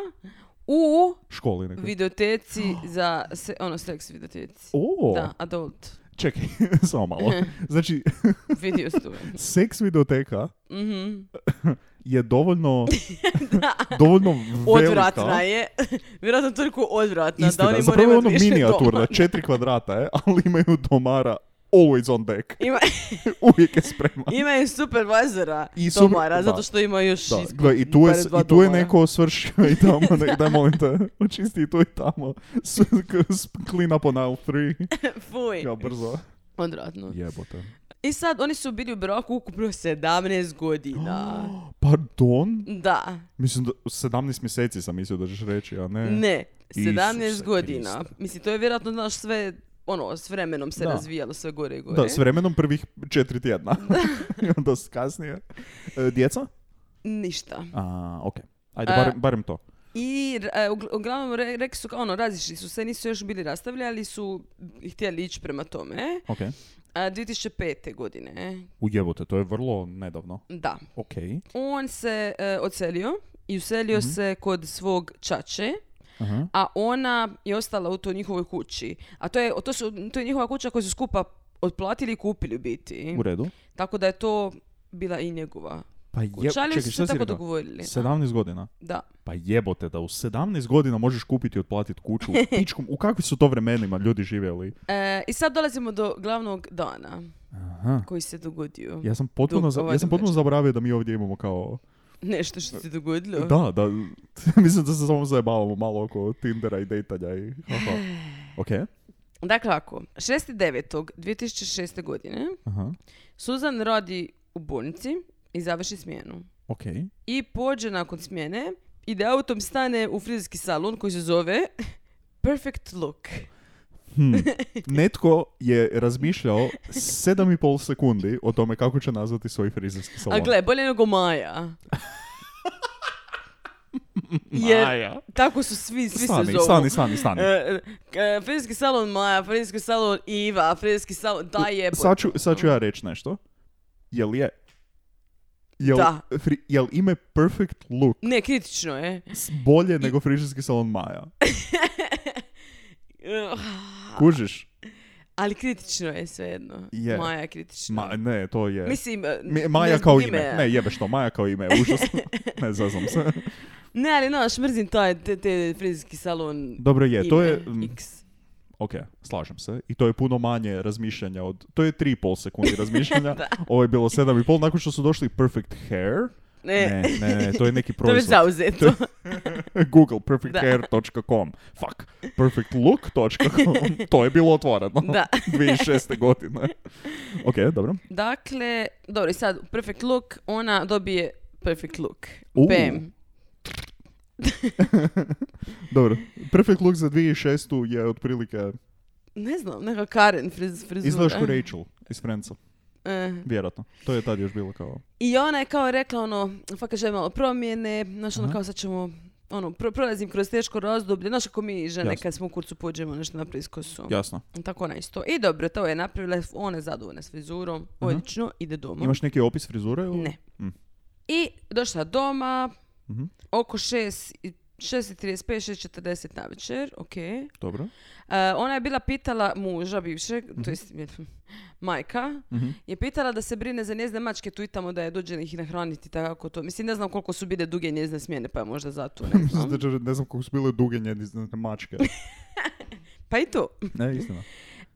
Speaker 5: u
Speaker 4: Školi nekako.
Speaker 5: videoteci za, se, ono, seks videoteci.
Speaker 4: O,
Speaker 5: Da, adult
Speaker 4: čekaj, samo malo. Znači,
Speaker 5: video student.
Speaker 4: seks videoteka
Speaker 5: Mhm.
Speaker 4: je dovoljno, dovoljno velika.
Speaker 5: Odvratna je. Vjerojatno toliko odvratna
Speaker 4: Istina,
Speaker 5: da oni moraju
Speaker 4: zapravo je ono
Speaker 5: imati više
Speaker 4: minijaturna,
Speaker 5: doma.
Speaker 4: četiri kvadrata je, ali imaju domara always on deck.
Speaker 5: Ima,
Speaker 4: Uvijek je sprema.
Speaker 5: imaju supervisora
Speaker 4: I super-
Speaker 5: domara,
Speaker 4: da.
Speaker 5: zato što ima još
Speaker 4: Da,
Speaker 5: ispod
Speaker 4: gle, i tu je,
Speaker 5: barem
Speaker 4: s-
Speaker 5: dva ja.
Speaker 4: i tu je
Speaker 5: domara.
Speaker 4: neko svršio i tamo, ne, daj molim te, očisti i tu i tamo. S, k- s- clean up on aisle 3.
Speaker 5: Fuj,
Speaker 4: Ja, brzo.
Speaker 5: odvratno.
Speaker 4: Jebote.
Speaker 5: I sad oni su bili u braku ukupno 17 godina.
Speaker 4: Pardon?
Speaker 5: Da,
Speaker 4: Mislim da 17 mjeseci sam mislio da ćeš reći, a ne...
Speaker 5: ne, 17
Speaker 4: E, Isuse
Speaker 5: godina.
Speaker 4: Kriste.
Speaker 5: Mislim, to je vjerojatno, znaš, sve, ono, s vremenom se
Speaker 4: Da.
Speaker 5: razvijalo sve gore i gore.
Speaker 4: Da, s vremenom prvih Ja, četiri tjedna. I onda s- kasnije. E, djeca?
Speaker 5: Ništa.
Speaker 4: A, ok. Ajde,
Speaker 5: A-
Speaker 4: barem, barem to.
Speaker 5: I e, ugl- uglavnom re- rekli su kao ono, razišli su se, nisu još bili rastavljali, ali su htjeli ići prema tome. E,
Speaker 4: Ok.
Speaker 5: A, 2005. godine, e,
Speaker 4: Ujebote, to je vrlo nedavno.
Speaker 5: da.
Speaker 4: Ok.
Speaker 5: On se e, odselio i uselio
Speaker 4: Mhm.
Speaker 5: se kod svog čače,
Speaker 4: Aha.
Speaker 5: a ona je ostala u toj njihovoj kući. A to je, to su, to je njihova kuća koju su skupa otplatili i kupili u biti.
Speaker 4: U redu.
Speaker 5: Tako da je to bila i njegova
Speaker 4: Pa je,
Speaker 5: kuća, ali
Speaker 4: čekaj,
Speaker 5: su
Speaker 4: šta si
Speaker 5: se tako
Speaker 4: rekao?
Speaker 5: dogovorili. no?
Speaker 4: 17 godina.
Speaker 5: Da.
Speaker 4: Pa jebote da u 17 godina možeš kupiti i otplatiti kuću u pičkom. U kakvim su to vremenima ljudi živjeli?
Speaker 5: E, I sad dolazimo do glavnog dana
Speaker 4: Aha.
Speaker 5: koji se dogodio.
Speaker 4: Ja sam potpuno,
Speaker 5: Dug-
Speaker 4: za,
Speaker 5: ovaj
Speaker 4: ja sam potpuno zaboravio da mi ovdje imamo kao...
Speaker 5: Nešto što se dogodilo.
Speaker 4: Da, da. Mislim da se samo zajebavamo malo oko Tindera i dejtanja i... Aha. Ok.
Speaker 5: Dakle, ako, 6.9.2006. godine
Speaker 4: Aha.
Speaker 5: Suzan radi u bolnici i završi smjenu.
Speaker 4: Ok.
Speaker 5: I pođe nakon smjene, ide autom, stane u frizerski salon koji se zove Perfect Look.
Speaker 4: Hmm. Netko je razmišljao sedam i pol sekundi o tome kako će nazvati svoj frizerski salon.
Speaker 5: A gle, bolje nego Maja. Jer
Speaker 4: Maja.
Speaker 5: tako su svi, svi
Speaker 4: stani,
Speaker 5: se zovu.
Speaker 4: stani, stani, stani.
Speaker 5: E, e, frizerski salon Maja, frizerski salon Iva, frizerski salon... Da je...
Speaker 4: sad, ću, sad
Speaker 5: mm.
Speaker 4: ću ja reći nešto. Jel je... Jel,
Speaker 5: Da.
Speaker 4: fri- jel ime Perfect Look
Speaker 5: Ne, kritično je.
Speaker 4: s- bolje nego frižerski salon Maja?
Speaker 5: E,
Speaker 4: Kužiš?
Speaker 5: Ali kritično je svejedno.
Speaker 4: Je.
Speaker 5: Maja je kritično.
Speaker 4: Ma, ne, to je...
Speaker 5: Mislim, e,
Speaker 4: Mi-
Speaker 5: ne
Speaker 4: Maja
Speaker 5: zbog
Speaker 4: kao ime.
Speaker 5: imena.
Speaker 4: Ne, jebe što, Maja kao ime, užasno. ne, zazam se.
Speaker 5: Ne, ali znaš, mrzim taj, te, te frizerski salon
Speaker 4: Dobro je, to
Speaker 5: ime,
Speaker 4: je... mm,
Speaker 5: X.
Speaker 4: Ok, slažem se. I to je puno manje razmišljanja od... To je 3,5 sekundi razmišljanja. Ovo je bilo 7,5. Nakon što su došli Perfect Hair...
Speaker 5: Ne,
Speaker 4: Ne, ne, ne, to je neki
Speaker 5: E. to je već
Speaker 4: proizvod.
Speaker 5: zauzeto.
Speaker 4: Google
Speaker 5: Da.
Speaker 4: perfecthair.com. Fuck. Perfectlook.com. To je bilo otvoreno.
Speaker 5: Da.
Speaker 4: 2006. godine. Ok, dobro.
Speaker 5: Dakle, dobro, i sad, perfect look, ona dobije perfect look.
Speaker 4: U.
Speaker 5: Bam.
Speaker 4: Dobro. Perfect Look za 2006. je otprilike...
Speaker 5: Ne znam, neka Karen friz, frizura. Eh,
Speaker 4: Izgledaš ko Rachel iz Friendsa.
Speaker 5: E.
Speaker 4: Vjerojatno. To je tad još bilo kao...
Speaker 5: I ona je kao rekla, ono, fakat želim malo promjene, znaš, ono,
Speaker 4: Aha.
Speaker 5: kao sad ćemo ono, pro- prolazim kroz teško razdoblje, znaš kako mi žene
Speaker 4: Jasno.
Speaker 5: kad smo u kurcu pođemo nešto na priskosu.
Speaker 4: Jasno.
Speaker 5: Tako ona isto. I dobro, to je napravila, ona je zadovoljna s frizurom, odlično, ide doma.
Speaker 4: Imaš neki opis frizure? Ili?
Speaker 5: Ne.
Speaker 4: Mm.
Speaker 5: I došla doma,
Speaker 4: Mhm.
Speaker 5: oko 6, i- 6.35, 6.40 na večer, ok. E,
Speaker 4: Dobro.
Speaker 5: ona je bila pitala muža bivšeg, to jest je- majka,
Speaker 4: Mhm.
Speaker 5: je pitala da se brine za njezne mačke tu i tamo da je dođe ih nahraniti tako to. Mislim, ne znam koliko su bile duge njezne smjene, pa možda zato ne znam.
Speaker 4: Znači, ne znam koliko su bile duge njene mačke.
Speaker 5: Pa i to.
Speaker 4: Ne, istina.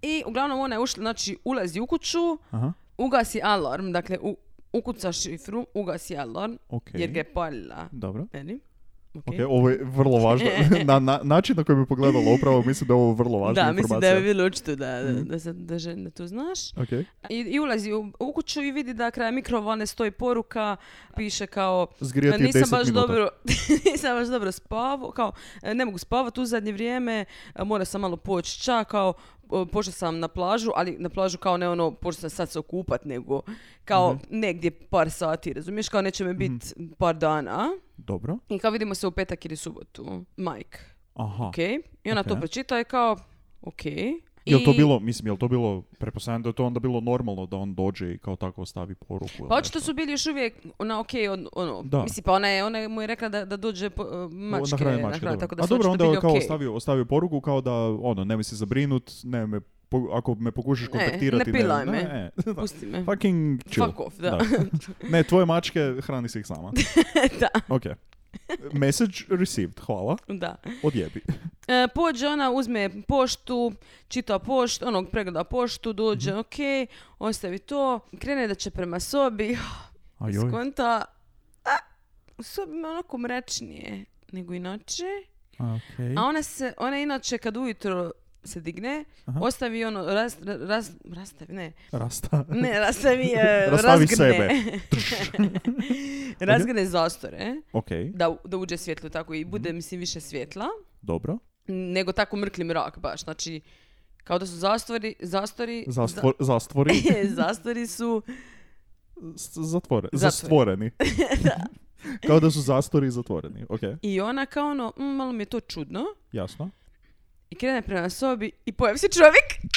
Speaker 5: I uglavnom ona je ušla, znači ulazi u kuću,
Speaker 4: Aha,
Speaker 5: ugasi alarm, dakle u, ukuca šifru, ugasi alarm,
Speaker 4: ok.
Speaker 5: jer ga je palila.
Speaker 4: Dobro.
Speaker 5: Meni?
Speaker 4: Ok,
Speaker 5: Ok.
Speaker 4: ovo je vrlo važno. na, na- način na koji bi pogledalo upravo, mislim da je ovo vrlo važna
Speaker 5: Da, mislim da
Speaker 4: informacija.
Speaker 5: je bilo očito da, da, da, se- da, žen- da to znaš.
Speaker 4: Ok.
Speaker 5: I, i ulazi u, u kuću i vidi da kraj mikrovalne stoji poruka, piše kao
Speaker 4: Zgrijati
Speaker 5: nisam
Speaker 4: 10
Speaker 5: baš
Speaker 4: minuta.
Speaker 5: dobro, nisam baš dobro spavao, kao e, ne mogu spavat u zadnje vrijeme, e, mora sam malo poći ča, kao e, pošla sam na plažu, ali na plažu kao ne ono, pošla sam sad se okupat, nego kao negdje par sati, razumiješ, kao neće me biti par dana.
Speaker 4: Dobro.
Speaker 5: I kao vidimo se u petak ili subotu, Mike,
Speaker 4: Aha.
Speaker 5: ok? I ona to
Speaker 4: Ok.
Speaker 5: pročita i kao, ok.
Speaker 4: Jel to
Speaker 5: I-
Speaker 4: bilo, mislim, jel to bilo, pretpostavljam da je to onda bilo normalno da on dođe i kao tako ostavi poruku. ili
Speaker 5: Pa očito
Speaker 4: nešto?
Speaker 5: su bili još uvijek na ok, on, ono,
Speaker 4: Da.
Speaker 5: mislim pa ona je, ona je mu je rekla da, da dođe po, e, mačke,
Speaker 4: Na hrani
Speaker 5: na
Speaker 4: mačke,
Speaker 5: hranu,
Speaker 4: dobro.
Speaker 5: tako da
Speaker 4: A
Speaker 5: su
Speaker 4: dobro,
Speaker 5: očito
Speaker 4: onda
Speaker 5: bili
Speaker 4: je kao
Speaker 5: okej.
Speaker 4: ostavio, ostavio poruku kao da, ono, nemoj se zabrinut, ne me, po- ako me pokušaš
Speaker 5: ne
Speaker 4: kontaktirati...
Speaker 5: pilaj me.
Speaker 4: ne, ne.
Speaker 5: Pusti me.
Speaker 4: Pa, Fucking chill.
Speaker 5: Fuck off, da.
Speaker 4: ne, tvoje mačke, hrani se ih sama.
Speaker 5: Da.
Speaker 4: Ok. Message received, hvala.
Speaker 5: da.
Speaker 4: Odjebi.
Speaker 5: E, pođe ona, uzme poštu, čita poštu, onog pregleda poštu, dođe,
Speaker 4: Mhm.
Speaker 5: ok, ostavi to, krene da će prema sobi,
Speaker 4: Ajoj.
Speaker 5: skonta, a, u sobi ima onako mračnije nego inače.
Speaker 4: Okay.
Speaker 5: A ona se, ona inače kad ujutro se digne,
Speaker 4: Aha.
Speaker 5: ostavi ono, ras, ras, rastavi, ne,
Speaker 4: Rasta.
Speaker 5: ne, rastavi, e,
Speaker 4: Rastavi
Speaker 5: razgrne,
Speaker 4: sebe. Mhm.
Speaker 5: razgrne zastore,
Speaker 4: Ok,
Speaker 5: da, u- da uđe svjetlo tako i bude,
Speaker 4: Mhm.
Speaker 5: mislim, više svjetla.
Speaker 4: dobro.
Speaker 5: nego tako mrkli mrak baš. Znači, kao da su zastori, zastori,
Speaker 4: Zastvor, zastvori.
Speaker 5: zastori su,
Speaker 4: S- Zatvore.
Speaker 5: Zatvori.
Speaker 4: Zastvoreni. Kao da su zastori zatvoreni. Ok,
Speaker 5: I ona kao ono, "Mm, malo mi je to čudno.
Speaker 4: jasno.
Speaker 5: I krene prema sobi i pojavi se čovjek.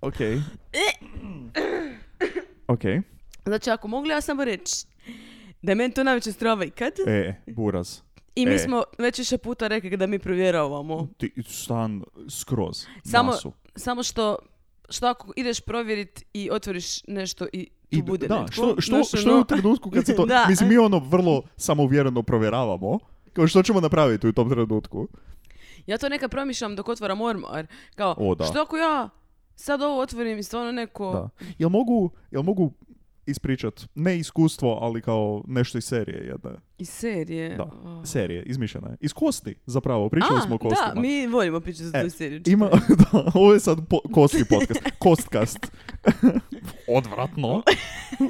Speaker 4: Ok. Ok.
Speaker 5: Znači, ako mogu ja samo reći da je meni to najveća strava ikad.
Speaker 4: E, buraz.
Speaker 5: I mi
Speaker 4: e.
Speaker 5: smo već više puta rekli da mi provjeravamo.
Speaker 4: Ti stan skroz.
Speaker 5: Samo-
Speaker 4: masu.
Speaker 5: Samo što, što ako ideš provjerit i otvoriš nešto i tu
Speaker 4: I d-
Speaker 5: bude
Speaker 4: da,
Speaker 5: netko,
Speaker 4: što, što,
Speaker 5: znaš,
Speaker 4: što je
Speaker 5: ono-
Speaker 4: u trenutku kad se to...
Speaker 5: Da.
Speaker 4: Mislim, mi ono vrlo samouvjereno provjeravamo. Kao što ćemo napraviti u tom trenutku?
Speaker 5: Ja to nekad promišljam dok otvaram ormar. Kao,
Speaker 4: O, da.
Speaker 5: što ako ja sad ovo otvorim i stvarno neko...
Speaker 4: Da. Jel mogu, jel mogu ispričat, ne iskustvo, ali kao nešto iz serije jedne.
Speaker 5: Iz serije.
Speaker 4: Da,
Speaker 5: A.
Speaker 4: serije, izmišljena je. Iz kosti, zapravo, pričali smo o
Speaker 5: A,
Speaker 4: kostima.
Speaker 5: da, mi volimo pričati za
Speaker 4: E,
Speaker 5: tu seriju.
Speaker 4: Ima, da, ovo je sad po, kostni podcast. Kostkast. Odvratno.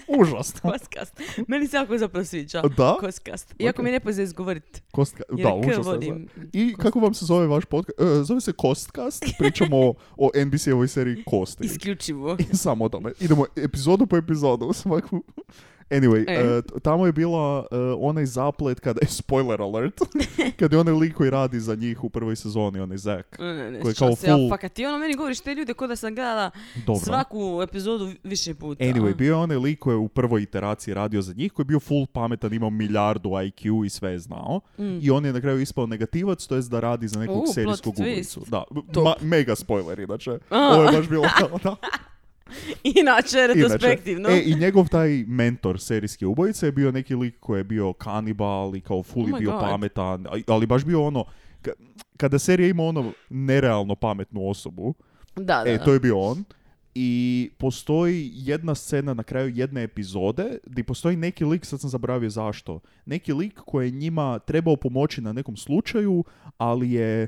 Speaker 4: Užasno.
Speaker 5: Koskast. Meni se jako zapravo sviđa.
Speaker 4: Da,
Speaker 5: Koskast. Iako mi je nepozna izgovoriti.
Speaker 4: kostka,
Speaker 5: Jer
Speaker 4: da,
Speaker 5: K
Speaker 4: užasno. je
Speaker 5: vodim.
Speaker 4: za- I kako vam se zove vaš podcast? zove se Kostkast. Pričamo o, o NBC-ovoj seriji Kosti.
Speaker 5: Isključivo.
Speaker 4: I samo o tome. Idemo epizodu po epizodu. Svaku. Anyway,
Speaker 5: E.
Speaker 4: e, t- tamo je bila e, onaj zaplet kada je spoiler alert, kada je onaj lik koji radi za njih u prvoj sezoni, onaj Zack.
Speaker 5: Ne, ne, ne,
Speaker 4: Koji je
Speaker 5: sjećam
Speaker 4: kao
Speaker 5: se, ja,
Speaker 4: full-
Speaker 5: fakat, ti ono meni govoriš te ljude ko da sam gledala
Speaker 4: Dobro.
Speaker 5: svaku epizodu više puta.
Speaker 4: Anyway, bio je onaj lik koji je u prvoj iteraciji radio za njih, koji je bio full pametan, imao milijardu IQ i sve je znao. I on je na kraju ispao negativac, to jest da radi za nekog
Speaker 5: Mm. U, plot
Speaker 4: serijskog
Speaker 5: twist.
Speaker 4: ubojicu. Da, b-
Speaker 5: Top.
Speaker 4: ma- mega spoiler inače.
Speaker 5: A.
Speaker 4: Ovo je baš bilo... ono, da.
Speaker 5: Inače,
Speaker 4: Inače,
Speaker 5: retrospektivno.
Speaker 4: E, i njegov taj mentor serijski ubojice je bio neki lik koji je bio kanibal i kao
Speaker 5: Oh
Speaker 4: fuli
Speaker 5: my
Speaker 4: bio
Speaker 5: God.
Speaker 4: pametan, a- ali baš bio ono, ka- kada serija ima ono nerealno pametnu osobu,
Speaker 5: da, da,
Speaker 4: e,
Speaker 5: da.
Speaker 4: to je bio on. I postoji jedna scena na kraju jedne epizode gdje postoji neki lik, sad sam zaboravio zašto, neki lik koji je njima trebao pomoći na nekom slučaju, ali je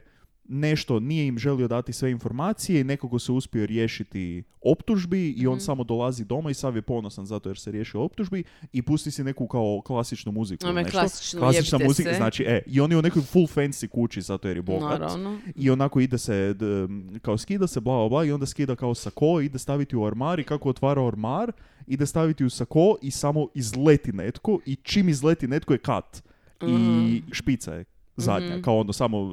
Speaker 4: nešto, nije im želio dati sve informacije i nekoga se uspio riješiti optužbi i on
Speaker 5: Mhm.
Speaker 4: samo dolazi doma i sav je ponosan zato jer se riješio optužbi i pusti si neku kao klasičnu muziku. ili
Speaker 5: Ono je
Speaker 4: nešto.
Speaker 5: klasično,
Speaker 4: Klasična
Speaker 5: jebite
Speaker 4: muzika,
Speaker 5: se.
Speaker 4: znači, e, i on je u nekoj full fancy kući zato jer je bogat
Speaker 5: Naravno.
Speaker 4: i onako ide se, d- kao skida se, bla, bla, bla, i onda skida kao sako, ide staviti u ormar i kako otvara ormar, ide staviti u sako i samo izleti netko i čim izleti netko je kat.
Speaker 5: Mm.
Speaker 4: I špica je zadnja, kao ono samo uh,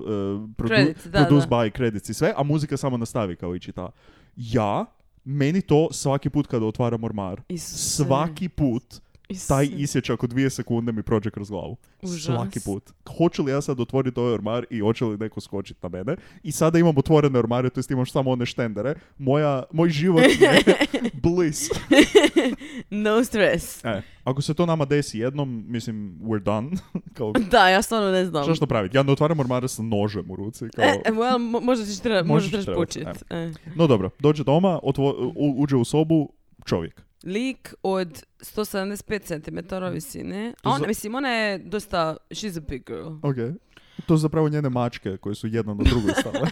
Speaker 4: produ-
Speaker 5: Credits, Mhm. da,
Speaker 4: produce
Speaker 5: da.
Speaker 4: by credits i sve, a muzika samo nastavi kao ići ta. Ja, meni to svaki put kada otvaram ormar,
Speaker 5: Mm. Isuse.
Speaker 4: svaki put
Speaker 5: Isuse.
Speaker 4: taj isječak od dvije sekunde mi prođe kroz glavu.
Speaker 5: Užas.
Speaker 4: Svaki put. Hoće li ja sad otvoriti ovaj ormar i hoće li neko skočiti na mene? I sada imam otvorene ormare, to jest imam samo one štendere. Moja, moj život je bliss.
Speaker 5: No stress.
Speaker 4: E, ako se to nama desi jednom, mislim, we're done. kao,
Speaker 5: Da, ja stvarno ne znam.
Speaker 4: šta što praviti? Ja ne otvaram ormare sa nožem u ruci. Kao,
Speaker 5: E, e, well, mo- možda ćeš treba, možda
Speaker 4: Možeš
Speaker 5: trebaš
Speaker 4: trebat,
Speaker 5: početi. E.
Speaker 4: no dobro, dođe doma, otvo- u- uđe u sobu, čovjek.
Speaker 5: Lik od 175 cm visine. A
Speaker 4: Mm. To
Speaker 5: ona,
Speaker 4: za-
Speaker 5: mislim, ona je dosta, she's a big girl.
Speaker 4: Ok. To su zapravo njene mačke koje su jedna na drugoj stale.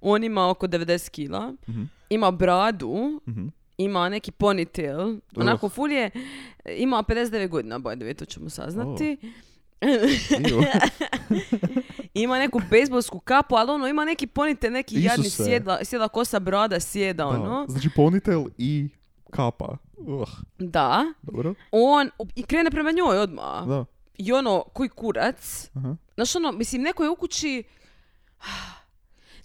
Speaker 5: On ima oko 90 kila.
Speaker 4: Mhm.
Speaker 5: Ima bradu.
Speaker 4: Mhm.
Speaker 5: Ima neki ponytail. Onako, ful je, ima 59 godina, by the way, to ćemo
Speaker 4: Oh.
Speaker 5: saznati.
Speaker 4: Iu.
Speaker 5: Ima neku bejsbolsku kapu, ali ono, ima neki ponite, neki jadni
Speaker 4: Isuse.
Speaker 5: sjeda, sjeda kosa brada, sjeda, ono.
Speaker 4: Da, Znači ponytail i kapa. Uh,
Speaker 5: Da.
Speaker 4: dobro,
Speaker 5: On, i krene prema njoj odmah.
Speaker 4: da.
Speaker 5: I ono, koji kurac.
Speaker 4: Aha.
Speaker 5: Znaš ono, mislim, neko je u kući...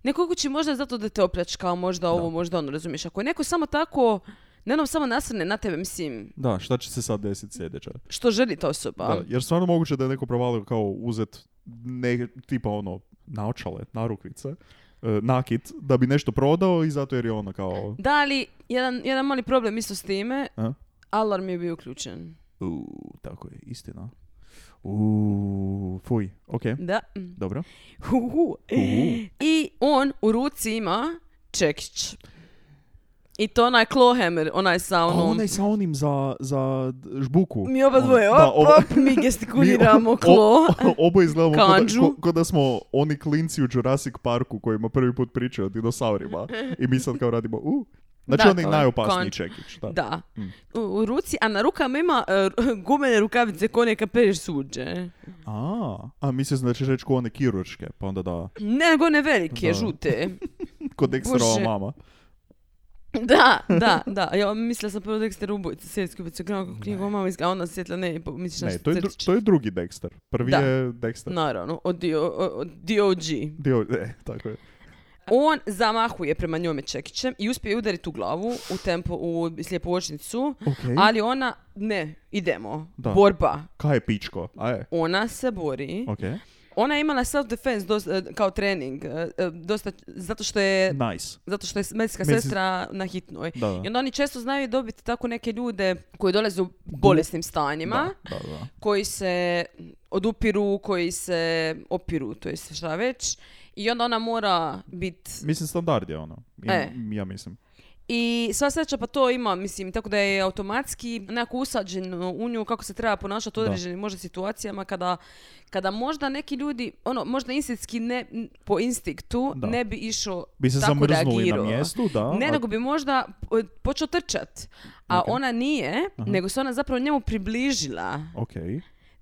Speaker 5: Neko je u kući možda zato da te opljačkao, možda ovo, možda ono, razumiješ. Ako je neko samo tako, ne nam samo nasrne na tebe, mislim,
Speaker 4: Da, šta će se sad desiti sljedeća?
Speaker 5: što želi ta osoba.
Speaker 4: Da, jer stvarno moguće da je neko provalio kao uzet ne, tipa ono, naočale, narukvice, e, nakit, da bi nešto prodao i zato jer je ono kao...
Speaker 5: Da, ali jedan, jedan mali problem isto s time,
Speaker 4: A?
Speaker 5: alarm je bio uključen.
Speaker 4: U, tako je, istina. U, fuj, ok,
Speaker 5: Da.
Speaker 4: dobro.
Speaker 5: Uhu. I on u ruci ima čekić. I to onaj Clawhammer, onaj sa
Speaker 4: A
Speaker 5: onom...
Speaker 4: onaj sa onim za, za d- žbuku.
Speaker 5: Ono,
Speaker 4: Ono,
Speaker 5: Mi oba dvoje, op,
Speaker 4: Da, ovo-
Speaker 5: op, mi gestikuliramo
Speaker 4: Mi o-
Speaker 5: klo.
Speaker 4: o- Oboje izgledamo ko da,
Speaker 5: Kanđu.
Speaker 4: ko, ko da smo oni klinci u Jurassic Parku kojima prvi put pričaju o dinosaurima. I mi sad kao radimo, u. Znači
Speaker 5: Da,
Speaker 4: onaj
Speaker 5: kao
Speaker 4: najopasniji
Speaker 5: kanđ-
Speaker 4: čekić. Da.
Speaker 5: Da. U, u ruci, a na rukama ima e, ru- gumene rukavice ko neka pereš suđe.
Speaker 4: A, a mislio sam da ćeš reći ko one kirurške, pa onda da,
Speaker 5: Ne, nego ne velike,
Speaker 4: Da.
Speaker 5: žute.
Speaker 4: kod ekstra
Speaker 5: Bože.
Speaker 4: mama.
Speaker 5: Da, da, da. Ja, mislila sam prvo Dexter ubojica, serijski ubojica, krenuo kako knjigu mama, a onda se sjetila ne, pa misliš
Speaker 4: Ne,
Speaker 5: na
Speaker 4: to je, dru-
Speaker 5: crtić.
Speaker 4: to je drugi Dexter. Prvi
Speaker 5: Da. No.
Speaker 4: je Dexter.
Speaker 5: Naravno, od, D.O. od DOG.
Speaker 4: Dio, e, tako je.
Speaker 5: On zamahuje prema njome čekićem i uspije udariti u glavu, u tempo, u slijepoočnicu,
Speaker 4: Okej.
Speaker 5: ali ona, ne, idemo,
Speaker 4: Da.
Speaker 5: borba.
Speaker 4: Kaj je pičko? A je.
Speaker 5: Ona se bori.
Speaker 4: Ok.
Speaker 5: Ona je imala self-defense dosta- eh, kao trening, eh, eh, dosta, zato što je,
Speaker 4: Nice.
Speaker 5: zato što je medicinska
Speaker 4: Medici-
Speaker 5: sestra na hitnoj.
Speaker 4: Da, da.
Speaker 5: I onda oni često znaju dobiti tako neke ljude koji dolaze u bolesnim stanjima,
Speaker 4: Da, da, da.
Speaker 5: koji se odupiru, koji se opiru, to jest šta već. I onda ona mora biti...
Speaker 4: Mislim, standard je ono. Ja,
Speaker 5: E.
Speaker 4: ja mislim.
Speaker 5: I sva sreća pa to ima, mislim, tako da je automatski nekako usađeno u nju kako se treba ponašati u
Speaker 4: Da.
Speaker 5: određenim možda situacijama kada, kada možda neki ljudi, ono, možda instinktski ne, n- po instinktu
Speaker 4: Da.
Speaker 5: ne bi išao
Speaker 4: Bi se
Speaker 5: tako
Speaker 4: zamrznuli na
Speaker 5: reagirao.
Speaker 4: mjestu, da.
Speaker 5: Ne,
Speaker 4: a-
Speaker 5: nego bi možda e, počeo trčat. A
Speaker 4: Ok.
Speaker 5: ona nije, nego se ona zapravo njemu približila.
Speaker 4: Ok.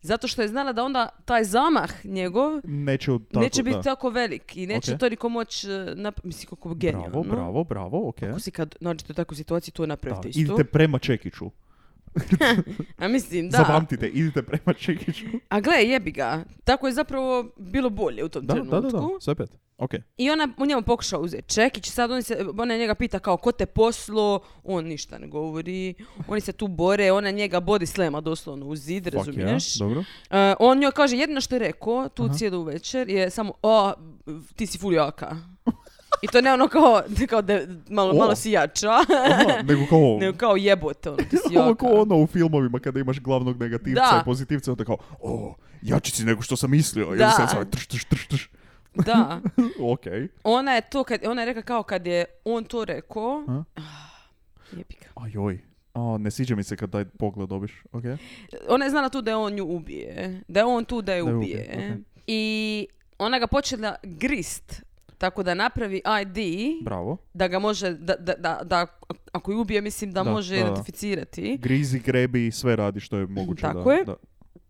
Speaker 5: Zato što je znala da onda taj zamah njegov
Speaker 4: Neće, u- tako,
Speaker 5: neće biti
Speaker 4: da.
Speaker 5: tako velik i neće
Speaker 4: Ok.
Speaker 5: toliko moć e, nap- Mislim, koliko genijalno.
Speaker 4: Bravo, bravo, bravo, ok.
Speaker 5: Ako si kad nađete u takvoj situaciji, to
Speaker 4: Da,
Speaker 5: napravite isto.
Speaker 4: idite prema Čekiću.
Speaker 5: A mislim, da.
Speaker 4: Zapamtite, idite prema Čekiću.
Speaker 5: A gle, jebi ga. Tako je zapravo bilo bolje u tom
Speaker 4: Da,
Speaker 5: trenutku.
Speaker 4: da, da, da, sve pet. Ok.
Speaker 5: I ona u njemu pokuša uzeti čekić, sad on se, ona njega pita kao ko te poslo, on ništa ne govori, oni se tu bore, ona njega body slema doslovno u zid,
Speaker 4: Fuck
Speaker 5: razumiješ?
Speaker 4: yeah, Dobro.
Speaker 5: E, on njoj kaže, jedino što je rekao tu cijelu večer je samo, o, ti si ful jaka. I to ne ono kao, kao da je malo,
Speaker 4: O.
Speaker 5: malo si jača,
Speaker 4: Aha, nego kao...
Speaker 5: nego kao jebote, ono, ti si jaka.
Speaker 4: Ovo kao ono u filmovima kada imaš glavnog negativca
Speaker 5: Da.
Speaker 4: i pozitivca, onda kao, o, jači si nego što sam mislio. I onda
Speaker 5: Da.
Speaker 4: sad sad trš, trš, trš, trš.
Speaker 5: Da.
Speaker 4: ok.
Speaker 5: Ona je to, kad, ona je rekla kao kad je on to rekao, Ah,
Speaker 4: A?
Speaker 5: jebi ga.
Speaker 4: Ajoj. A, ne sviđa mi se kad taj pogled dobiš. Ok.
Speaker 5: Ona je znala tu da je on nju ubije. Da je on tu da je
Speaker 4: Da je
Speaker 5: ubije.
Speaker 4: ubije, okej.
Speaker 5: I ona ga počela grist. Tako da napravi ID,
Speaker 4: Bravo.
Speaker 5: da ga može, da, da, da, da ako ju ubije, mislim da,
Speaker 4: Da,
Speaker 5: može
Speaker 4: da, da.
Speaker 5: identificirati.
Speaker 4: Grizi, grebi, sve radi što je moguće.
Speaker 5: Tako
Speaker 4: da,
Speaker 5: je.
Speaker 4: Da.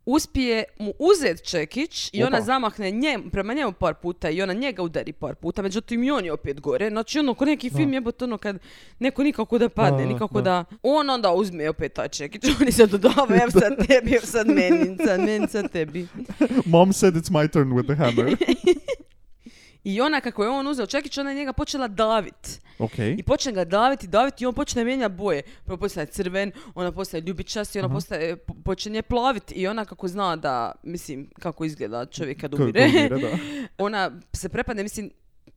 Speaker 5: Uspije mu uzet čekić i
Speaker 4: Opa.
Speaker 5: ona zamahne njem, prema njemu par puta i ona njega udari par puta, međutim i on je opet gore. Znači ono, ko neki film jebote ono kad neko nikako da padne,
Speaker 4: Da, da,
Speaker 5: nikako
Speaker 4: da.
Speaker 5: da. On onda uzme opet taj čekić, oni se dodava, evo sad tebi, evo sad meni, sad meni, sad tebi.
Speaker 4: Mom said it's my turn with the hammer.
Speaker 5: I ona kako je on uzeo čekić, ona je njega počela davit.
Speaker 4: Ok.
Speaker 5: I počne ga daviti, daviti i on počne mijenjati boje. Prvo postaje crven, ona postaje ljubičasti, ona postaje, po- počinje plaviti i ona kako zna da, mislim, kako izgleda čovjek kad
Speaker 4: Kako
Speaker 5: umire,
Speaker 4: umire, da.
Speaker 5: ona se prepadne, mislim,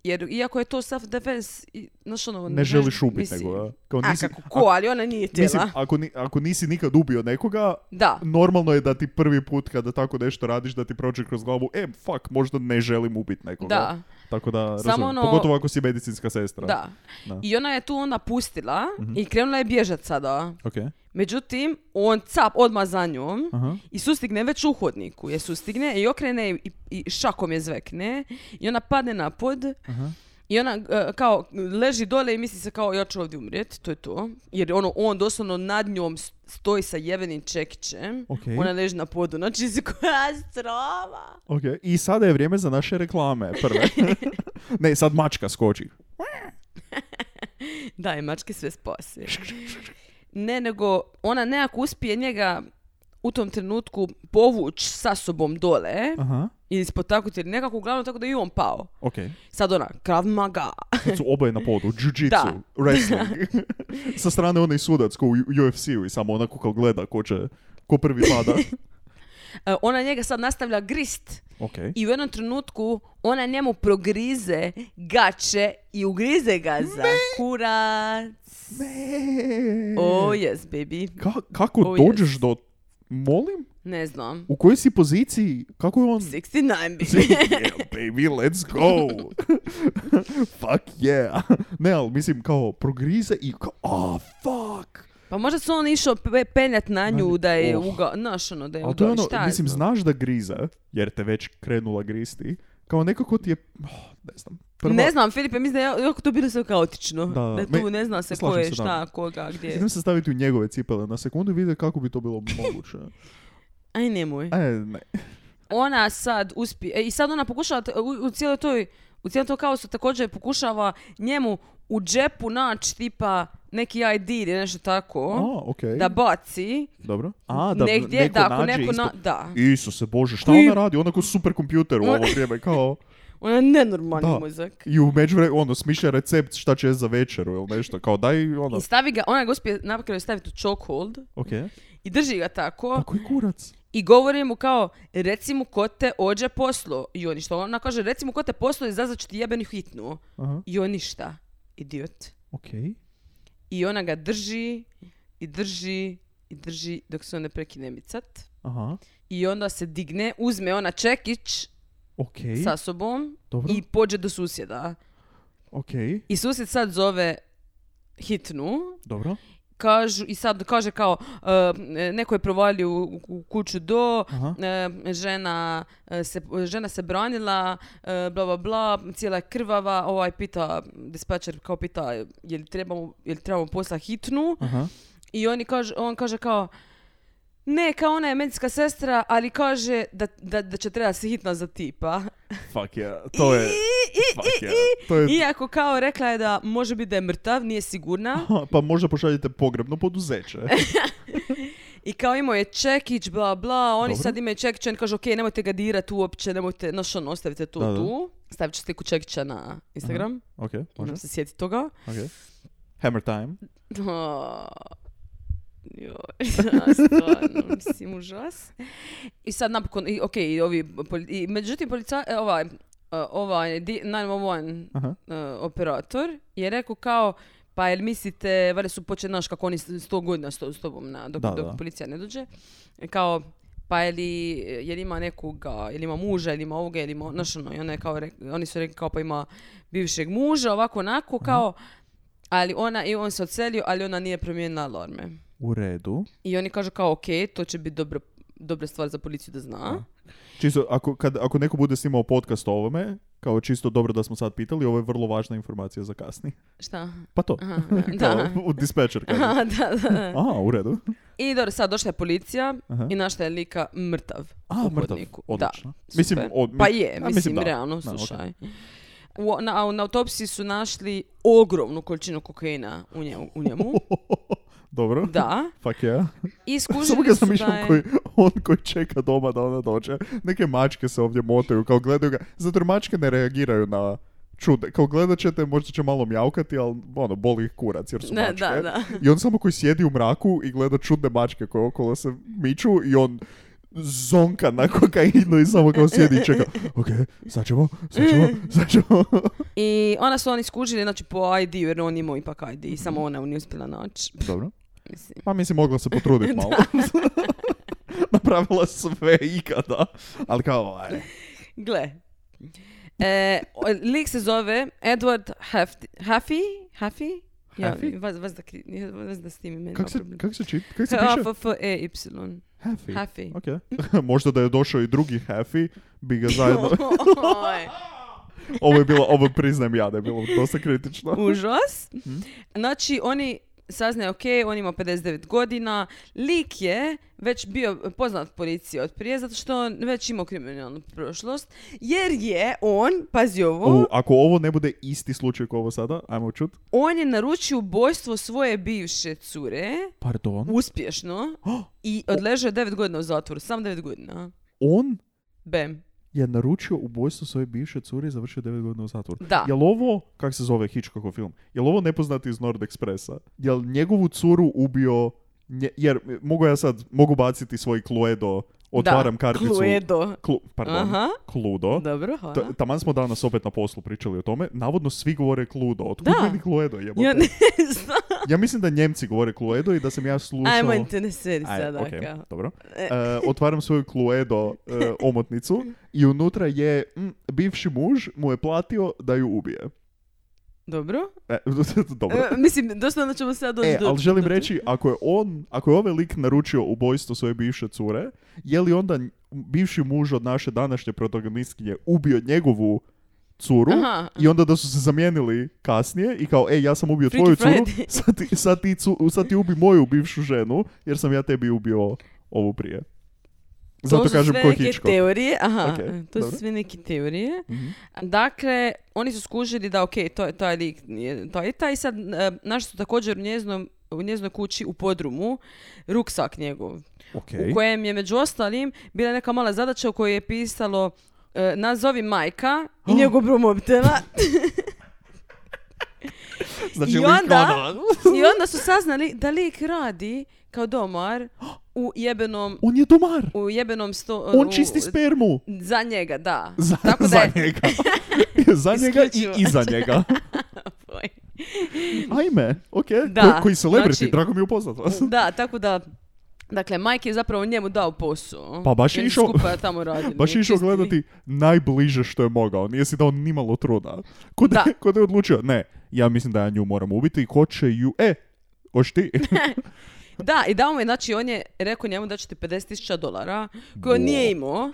Speaker 5: jer iako je to self defense, i, znaš ono...
Speaker 4: Ne želiš ubiti
Speaker 5: mislim,
Speaker 4: nego. da. Kao
Speaker 5: A
Speaker 4: nisi,
Speaker 5: kako, ko, ali ona nije
Speaker 4: a-
Speaker 5: tijela.
Speaker 4: mislim, ako, ni- ako nisi nikad ubio nekoga,
Speaker 5: da.
Speaker 4: normalno je da ti prvi put kada tako nešto radiš da ti prođe kroz glavu, e, fuck, možda ne želim ubiti nekoga.
Speaker 5: Da.
Speaker 4: Tako da,
Speaker 5: Samo
Speaker 4: razumijem.
Speaker 5: ono-
Speaker 4: Pogotovo ako si medicinska sestra.
Speaker 5: Da.
Speaker 4: Da. Mhm.
Speaker 5: I ona je tu onda pustila i krenula je bježat sada.
Speaker 4: Ok.
Speaker 5: Međutim, on cap odmah za njom
Speaker 4: Aha.
Speaker 5: i sustigne već u hodniku. Je sustigne i okrene i, i šakom je zvekne i ona padne na pod i ona e, kao leži dole i misli se kao ja ću ovdje umrijeti, to je to. Jer ono, on doslovno nad njom s- stoji sa jevenim čekićem.
Speaker 4: Okej.
Speaker 5: Ona leži na podu, znači si koja strava.
Speaker 4: Ok. I sada je vrijeme za naše reklame prve. ne, sad mačka skoči.
Speaker 5: Da, i mačke sve spase. Ne, nego ona nekako uspije njega u tom trenutku povuć sa sobom dole.
Speaker 4: Aha.
Speaker 5: ili spotaknuti ili nekako uglavnom tako da je i on pao.
Speaker 4: Ok.
Speaker 5: Sad ona, krav maga.
Speaker 4: Sad su oboje na podu. Jiu-jitsu.
Speaker 5: Da.
Speaker 4: Wrestling. Sa strane onaj sudac ko u UFC-u i samo onako kao gleda ko će, ko prvi pada.
Speaker 5: E, ona njega sad nastavlja grist
Speaker 4: Ok.
Speaker 5: i u jednom trenutku ona njemu progrize gače i ugrize ga za kurac.
Speaker 4: Ne.
Speaker 5: Oh yes, baby.
Speaker 4: Ka- kako
Speaker 5: Oh,
Speaker 4: dođeš do... Molim?
Speaker 5: Ne znam.
Speaker 4: U kojoj si poziciji? Kako je on...
Speaker 5: 69, baby.
Speaker 4: yeah, baby, let's go. fuck yeah. Ne, ali mislim kao progrize i kao, ah, fuck.
Speaker 5: Pa možda su on išao pe- penjat na nju da je
Speaker 4: Oh.
Speaker 5: uga... Znaš ono, da je
Speaker 4: Ali to je
Speaker 5: uga...
Speaker 4: ono,
Speaker 5: šta ja
Speaker 4: mislim,
Speaker 5: znam.
Speaker 4: znaš da grize, jer te već krenula gristi. Kao nekako ti je, oh, ne znam. Prva,
Speaker 5: Ne znam, Filipe, mislim da je jako to bilo sve kaotično.
Speaker 4: Da, da.
Speaker 5: Da, tu
Speaker 4: Me-
Speaker 5: ne zna se ko
Speaker 4: slažem
Speaker 5: je,
Speaker 4: se, da.
Speaker 5: šta, koga, gdje.
Speaker 4: Idem se staviti u njegove cipele na sekundu i vidjeti kako bi to bilo moguće.
Speaker 5: Aj nemoj.
Speaker 4: E, ne.
Speaker 5: e, ona sad uspije, i sad ona pokušava t- u, u cijeloj toj u cijelom tom kaosu također pokušava njemu u džepu naći tipa neki ID ili nešto tako.
Speaker 4: A, okej.
Speaker 5: Da baci
Speaker 4: Dobro. A, da
Speaker 5: negdje,
Speaker 4: neko
Speaker 5: da ako
Speaker 4: nađe
Speaker 5: neko
Speaker 4: isto-
Speaker 5: na- da.
Speaker 4: Isuse Bože, šta
Speaker 5: Koji-
Speaker 4: ona radi? Ona ko superkompjuter u ovo vrijeme, kao...
Speaker 5: Ona je nenormalni
Speaker 4: Da.
Speaker 5: mozak.
Speaker 4: I u međuvremenu, ono, smišlja recept šta će za večeru ili nešto, kao daj, ono...
Speaker 5: I stavi ga, ona ga uspije na kraju staviti u chokehold
Speaker 4: Ok.
Speaker 5: i drži ga tako
Speaker 4: Pa koji kurac?
Speaker 5: i govori mu kao reci mu ko te ođe poslo. I on ništa. Ona kaže reci mu ko te poslo i zazvat ću ti jebenu hitnu.
Speaker 4: Aha,
Speaker 5: I on ništa. Idiot.
Speaker 4: ok.
Speaker 5: I ona ga drži i drži i drži dok se on ne prekine micat.
Speaker 4: Aha,
Speaker 5: I onda se digne, uzme ona čekić
Speaker 4: ok.
Speaker 5: sa sobom
Speaker 4: Dobro,
Speaker 5: i pođe do susjeda.
Speaker 4: ok.
Speaker 5: I susjed sad zove hitnu
Speaker 4: Dobro.
Speaker 5: kažu, i sad kaže kao e, neko je provalio u, u kuću do,
Speaker 4: Aha.
Speaker 5: e, žena, e, se, žena se branila, e, bla bla bla, cijela je krvava, ovaj pita, dispečer kao pita je li trebamo, je li trebamo posla hitnu
Speaker 4: Aha.
Speaker 5: i oni kaže, on kaže kao ne, kao ona je medicinska sestra, ali kaže da, da, da će trebati se hitna za tipa.
Speaker 4: Fuck yeah, to je...
Speaker 5: I, i,
Speaker 4: Fuck
Speaker 5: i,
Speaker 4: yeah.
Speaker 5: i.
Speaker 4: To je...
Speaker 5: Iako kao rekla je da može biti da je mrtav, nije sigurna.
Speaker 4: Aha, Pa možda pošaljite pogrebno poduzeće.
Speaker 5: I kao imao je čekić, bla bla, oni
Speaker 4: Dobro.
Speaker 5: sad imaju čekić, oni kažu ok, nemojte ga dirat uopće, nemojte, znaš ono, ostavite to
Speaker 4: Da, da.
Speaker 5: tu. Stavit ću sliku čekića na Instagram,
Speaker 4: Ok, može.
Speaker 5: moram se sjetiti toga.
Speaker 4: Ok. Hammer time.
Speaker 5: Oh, joj, stvarno, mislim, užas. I sad napokon, i, ok, i ovi, poli- i, međutim, polica, e, ovaj, e, ovaj, di- 911
Speaker 4: Aha.
Speaker 5: e, operator je rekao kao, pa jel mislite, valjda su počeli, znaš, kako oni s- sto godina s, to- s tobom, na, dok,
Speaker 4: Da,
Speaker 5: dok
Speaker 4: da.
Speaker 5: policija ne dođe, kao, pa je li, jel ima nekoga, jel ima muža, jel ima ovoga, jel ima, znaš, ono, i ona je kao, rek- oni su rekli kao, pa ima bivšeg muža, ovako, onako, kao, ali ona, i on se odselio, ali ona nije promijenila alarme.
Speaker 4: U redu.
Speaker 5: I oni kažu kao, ok, to će biti dobro, dobra stvar za policiju da zna.
Speaker 4: Čisto, ako, kad, ako neko bude snimao podcast o ovome, kao čisto dobro da smo sad pitali, ovo je vrlo važna informacija za kasnije.
Speaker 5: Šta?
Speaker 4: Pa to.
Speaker 5: Aha,
Speaker 4: Kao,
Speaker 5: da.
Speaker 4: u dispečer kaže.
Speaker 5: da, da.
Speaker 4: A, u redu.
Speaker 5: I dobro, sad došla je policija
Speaker 4: Aha.
Speaker 5: i našla je lika mrtav
Speaker 4: A,
Speaker 5: u
Speaker 4: mrtav.
Speaker 5: hodniku.
Speaker 4: Odlično.
Speaker 5: Da,
Speaker 4: Mislim,
Speaker 5: super.
Speaker 4: od- mi-
Speaker 5: pa je,
Speaker 4: a,
Speaker 5: mislim,
Speaker 4: da.
Speaker 5: realno,
Speaker 4: Da, ok.
Speaker 5: slušaj. U, na, a na autopsiji su našli ogromnu količinu kokaina u njemu. U njemu.
Speaker 4: Dobro.
Speaker 5: Da.
Speaker 4: Fuck yeah.
Speaker 5: I
Speaker 4: Samo
Speaker 5: skužili
Speaker 4: ga
Speaker 5: su da
Speaker 4: zamišljam
Speaker 5: je...
Speaker 4: koji, on koji čeka doma da ona dođe. Neke mačke se ovdje motaju, kao gledaju ga. Zato jer mačke ne reagiraju na čude. Kao gledat ćete, možda će malo mjaukati, ali ono, boli ih kurac jer su
Speaker 5: Da,
Speaker 4: mačke.
Speaker 5: da, da.
Speaker 4: I on samo koji sjedi u mraku i gleda čudne mačke koje okolo se miču i on zonka na kokainu i samo kao sjedi i čeka. Ok, sad ćemo, sad ćemo, sad ćemo.
Speaker 5: I onda su oni skužili, znači po ID-u, jer on imao ipak ID,
Speaker 4: Mhm.
Speaker 5: samo ona ju nije uspjela naći.
Speaker 4: Dobro.
Speaker 5: Mislim.
Speaker 4: Pa mislim, mogla se potruditi malo. Napravila sve ikada. Ali kao, aj,
Speaker 5: Gle. E, o- lik se zove Edward Hafti, Hafi? Hafi? Ja,
Speaker 4: Hafi?
Speaker 5: vas, vas da, kri- ja, vas da s tim imenima
Speaker 4: kak se,
Speaker 5: problem.
Speaker 4: kak se, čit, kak se piše?
Speaker 5: H-A-F-F-E-Y.
Speaker 4: Happy.
Speaker 5: Hafi.
Speaker 4: Ok. Možda da je došao i drugi Happy, bi ga zajedno...
Speaker 5: Oj,
Speaker 4: ovo je bilo, ovo priznajem ja da je bilo dosta kritično.
Speaker 5: Užas.
Speaker 4: Hmm?
Speaker 5: Znači, oni saznaju, ok, on ima 59 godina. Lik je već bio poznat policiji od prije, zato što on već imao kriminalnu prošlost. Jer je on, pazi ovo,
Speaker 4: U, ako ovo ne bude isti slučaj kao ovo sada, ajmo čut.
Speaker 5: on je naručio ubojstvo svoje bivše cure.
Speaker 4: Pardon?
Speaker 5: uspješno i odležao je 9 godina u zatvoru, samo 9 godina.
Speaker 4: On
Speaker 5: Bem.
Speaker 4: je naručio ubojstvo svoje bivše cure i završio 9 godina u zatvoru.
Speaker 5: Da.
Speaker 4: Jel ovo, kak se zove Hitchcockov film, jel ovo nepoznati iz Nord Expressa? Jel njegovu curu ubio, nje- jer mogu ja sad, mogu baciti svoj Cluedo, otvaram
Speaker 5: da.
Speaker 4: karticu.
Speaker 5: Cluedo.
Speaker 4: Clu- pardon,
Speaker 5: Aha.
Speaker 4: Cluedo.
Speaker 5: Dobro, hvala.
Speaker 4: Ta- taman smo danas opet na poslu pričali o tome. Navodno svi govore Cluedo. Otkud
Speaker 5: Da.
Speaker 4: meni Cluedo jebote?
Speaker 5: Ja
Speaker 4: Ja,
Speaker 5: ne znam.
Speaker 4: mislim da Njemci govore Cluedo i da sam ja slušao...
Speaker 5: Ajmo te ne sedi
Speaker 4: Aj,
Speaker 5: sada.
Speaker 4: E, okej,
Speaker 5: kao.
Speaker 4: dobro. E, otvaram svoju Cluedo e, omotnicu i unutra je mm, bivši muž mu je platio da ju ubije.
Speaker 5: Dobro.
Speaker 4: E, dobro.
Speaker 5: E, mislim, doslovno ćemo sad doći
Speaker 4: E,
Speaker 5: do...
Speaker 4: ali želim
Speaker 5: do-
Speaker 4: reći, ako je on, ako je ovaj lik naručio ubojstvo svoje bivše cure, je li onda bivši muž od naše današnje protagonistkinje ubio njegovu curu
Speaker 5: Aha.
Speaker 4: i onda da su se zamijenili kasnije i kao, ej, ja sam ubio
Speaker 5: Freaky
Speaker 4: tvoju curu,
Speaker 5: Friday.
Speaker 4: sad ti, sad, ti cu- sad ti ubi moju bivšu ženu, jer sam ja tebi ubio ovu prije. Zato
Speaker 5: su
Speaker 4: kažem
Speaker 5: sve
Speaker 4: ko
Speaker 5: neke
Speaker 4: Hitchcock.
Speaker 5: teorije, aha,
Speaker 4: Ok,
Speaker 5: to
Speaker 4: dobro.
Speaker 5: su sve neke teorije.
Speaker 4: Mhm.
Speaker 5: Dakle, oni su skužili da ok, to je taj lik, nije- to je taj. I sad, e, našli su također u njeznom u njezinoj kući u podrumu ruksak njegov,
Speaker 4: Okej.
Speaker 5: u kojem je među ostalim bila neka mala zadaća u kojoj je pisalo e, nazovi majka i njegov broj mobitela.
Speaker 4: Znači,
Speaker 5: I
Speaker 4: lik
Speaker 5: onda-
Speaker 4: ono-
Speaker 5: I onda su saznali da lik radi kao domar u jebenom
Speaker 4: On je domar!
Speaker 5: u jebenom sto... e,
Speaker 4: On
Speaker 5: u-
Speaker 4: čisti spermu!
Speaker 5: Za njega, da.
Speaker 4: Za,
Speaker 5: Tako da
Speaker 4: za
Speaker 5: je...
Speaker 4: njega. za njega
Speaker 5: Isključivo.
Speaker 4: i iza njega. Ajme, okej.
Speaker 5: Da,
Speaker 4: Ko- Koji celebrity,
Speaker 5: znači-
Speaker 4: drago mi je upoznat vas.
Speaker 5: Da, tako da... Dakle, Mike je zapravo njemu dao posao.
Speaker 4: Pa baš je
Speaker 5: I oni
Speaker 4: išao-
Speaker 5: Skupa tamo radili.
Speaker 4: Baš je išao
Speaker 5: čistili.
Speaker 4: gledati najbliže što je mogao. Nije si dao ni malo truda. Ko da,
Speaker 5: Da.
Speaker 4: ko da je odlučio, ne, ja mislim da ja nju moram ubiti. Ko će ju... E, hoš ti?
Speaker 5: Da, i dao mu je, znači, on je rekao njemu da će ti 50.000 dolara, koje on
Speaker 4: Bo.
Speaker 5: nije imao.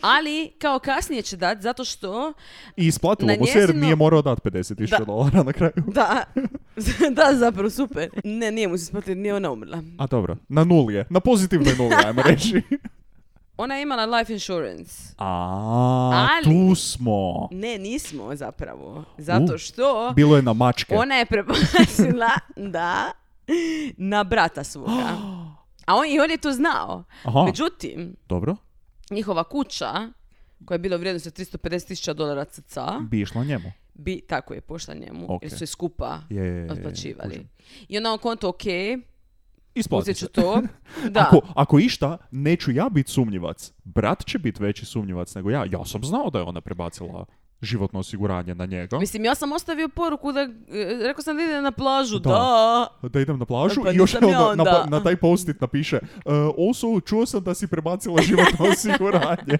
Speaker 5: Ali, kao kasnije će dati, zato što...
Speaker 4: I isplatilo
Speaker 5: Na
Speaker 4: mu se jer
Speaker 5: njezino-
Speaker 4: nije morao dati 50.000
Speaker 5: Da.
Speaker 4: dolara na kraju.
Speaker 5: Da, da, zapravo, super. Ne, nije mu se isplatilo, nije ona umrla.
Speaker 4: A dobro, na nuli je. Na pozitivnoj nuli, ajmo reći.
Speaker 5: Ona je imala life insurance.
Speaker 4: A,
Speaker 5: Ali-
Speaker 4: tu smo.
Speaker 5: Ne, nismo zapravo. Zato što...
Speaker 4: Bilo je na mačke.
Speaker 5: Ona je prebacila, da, na brata svoga. A on, i on je to znao.
Speaker 4: Aha,
Speaker 5: Međutim,
Speaker 4: dobro.
Speaker 5: njihova kuća, koja je bila u vrijednosti od 350.000 dolara cca,
Speaker 4: Bi išla njemu.
Speaker 5: bi tako je pošla njemu,
Speaker 4: Ok.
Speaker 5: jer su je skupa
Speaker 4: Je, je, je, je,
Speaker 5: otplaćivali.
Speaker 4: kužim.
Speaker 5: I onda on konto, ok,
Speaker 4: Isplati
Speaker 5: uzet
Speaker 4: se.
Speaker 5: ću to. Da,
Speaker 4: Ako, ako išta, neću ja biti sumnjivac. Brat će biti veći sumnjivac nego ja. Ja sam znao da je ona prebacila životno osiguranje na njega.
Speaker 5: Mislim, ja sam ostavio poruku da, e, rekao sam da ide na plažu,
Speaker 4: Da.
Speaker 5: da.
Speaker 4: Da idem na plažu
Speaker 5: Pa
Speaker 4: i još
Speaker 5: nisam
Speaker 4: evo
Speaker 5: ja
Speaker 4: na, na,
Speaker 5: onda.
Speaker 4: na taj postit napiše e, Also, čuo sam da si prebacila životno osiguranje.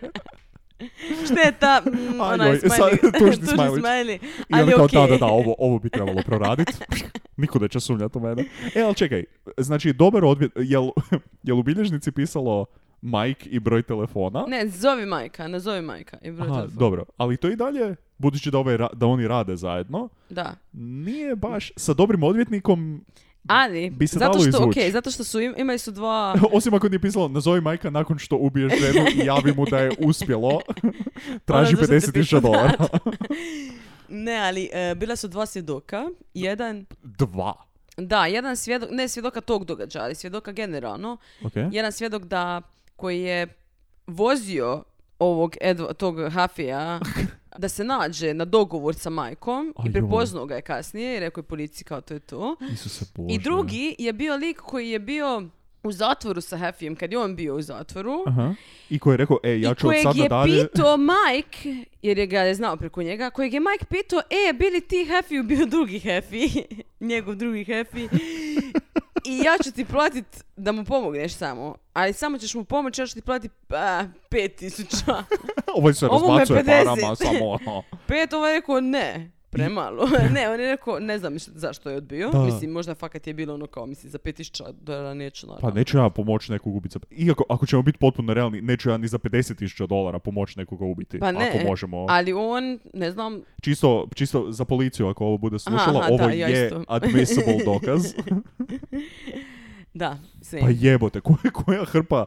Speaker 5: Šteta, mm,
Speaker 4: Aj,
Speaker 5: onaj
Speaker 4: joj,
Speaker 5: smiley,
Speaker 4: sad, tužni smiley.
Speaker 5: smiley.
Speaker 4: I onda
Speaker 5: Ali
Speaker 4: kao,
Speaker 5: okej.
Speaker 4: da, da, da, ovo, ovo bi trebalo proraditi. Niko neće sumnjati u mene. E, ali čekaj, znači, dobar odbjet, jel, jel u bilježnici pisalo Mike i broj telefona?
Speaker 5: Ne, zovi majka, nazovi majka. I broj
Speaker 4: Aha,
Speaker 5: telefona.
Speaker 4: dobro, ali to i dalje, budući da, ovaj, ra- da oni rade zajedno,
Speaker 5: Da.
Speaker 4: nije baš sa dobrim odvjetnikom,
Speaker 5: Ali,
Speaker 4: Bi se
Speaker 5: zato
Speaker 4: dalo
Speaker 5: što,
Speaker 4: izvući.
Speaker 5: ok, zato što su, im, imali su dva...
Speaker 4: osim ako ti je pisalo nazovi majka nakon što ubiješ ženu i javi mu da je uspjelo, traži
Speaker 5: Ono, zato ti
Speaker 4: 50.000
Speaker 5: piše,
Speaker 4: dolara.
Speaker 5: Ne, ali e, bila su dva svjedoka. Jedan,
Speaker 4: Dva.
Speaker 5: da, jedan svjedok, ne svjedoka tog događaja, ali svjedoka generalno.
Speaker 4: Ok.
Speaker 5: Jedan svjedok da, koji je vozio ovog, Edva- tog Hafija, da se nađe na dogovor sa majkom
Speaker 4: Ajoj.
Speaker 5: i prepoznao ga je kasnije i rekao je policiji kao to je to.
Speaker 4: Isuse Bože.
Speaker 5: I drugi je bio lik koji je bio u zatvoru sa Hafijem, kad je on bio u zatvoru.
Speaker 4: Aha. I koji je rekao, e, ja
Speaker 5: I
Speaker 4: ću od
Speaker 5: kojeg
Speaker 4: sada
Speaker 5: je
Speaker 4: dalje...
Speaker 5: pitao Mike, jer je ga je znao preko njega, kojeg je Mike pitao, e, bili ti Happy bio drugi Happy, njegov drugi Happy, i ja ću ti platit da mu pomogneš samo, ali samo ćeš mu pomoći, ja ću ti platit a, pet tisuća.
Speaker 4: Ovo Ovaj se
Speaker 5: Ovo mu je
Speaker 4: razbacuje
Speaker 5: 50.
Speaker 4: parama, samo ono.
Speaker 5: Pet, ovaj je rekao ne, premalo. ne, on je rekao, ne znam šta- zašto je odbio,
Speaker 4: Da.
Speaker 5: mislim, možda fakat je bilo ono kao, mislim, za pet tisuća dolara neću,
Speaker 4: Pa
Speaker 5: naravno.
Speaker 4: neću ja pomoći nekog ubiti za... Iako, ako ćemo biti potpuno realni, neću ja ni za 50.000 dolara pomoći nekoga ubiti.
Speaker 5: Pa ne,
Speaker 4: Ako možemo.
Speaker 5: ali on, ne znam,
Speaker 4: Čisto, čisto za policiju, ako ovo bude slušala,
Speaker 5: aha,
Speaker 4: ovo
Speaker 5: da, ja
Speaker 4: je
Speaker 5: isto.
Speaker 4: admissible dokaz.
Speaker 5: da, sve.
Speaker 4: Pa jebote, koja, koja hrpa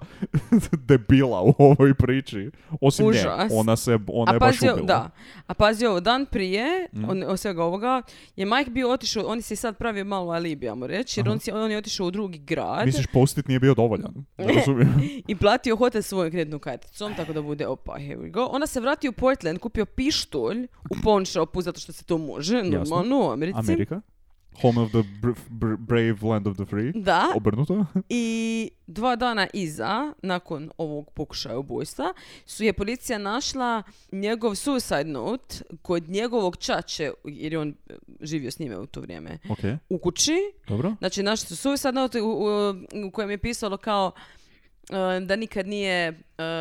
Speaker 4: debila u ovoj priči. Osim nje,
Speaker 5: Užas.
Speaker 4: ona se, ona je
Speaker 5: a
Speaker 4: baš Mhm.
Speaker 5: pazi, o-
Speaker 4: ubila.
Speaker 5: da. A pazi ovo, dan prije, on, od svega ovoga, je Mike bio otišao, on si je sad pravio malo alibi, ajmo reći, jer on, si, on je otišao u drugi grad
Speaker 4: Misliš, postit nije bio dovoljan? Ne razumijem.
Speaker 5: i platio hotel svojom kreditnom karticom, tako da bude, opa, here we go. Onda se vratio u Portland, kupio pištolj u pawn shopu, zato što se to može, normalno, u Americi.
Speaker 4: Amerika? Home of the br- br- brave, land of the free?
Speaker 5: Da,
Speaker 4: Obrnuto?
Speaker 5: i dva dana iza, nakon ovog pokušaja ubojstva, su je policija našla njegov suicide note kod njegovog čače, jer je on e, živio s njime u to vrijeme,
Speaker 4: Ok,
Speaker 5: u kući.
Speaker 4: dobro.
Speaker 5: Znači, našli su suicide note u, u- u kojem je pisalo kao e, da nikad nije e,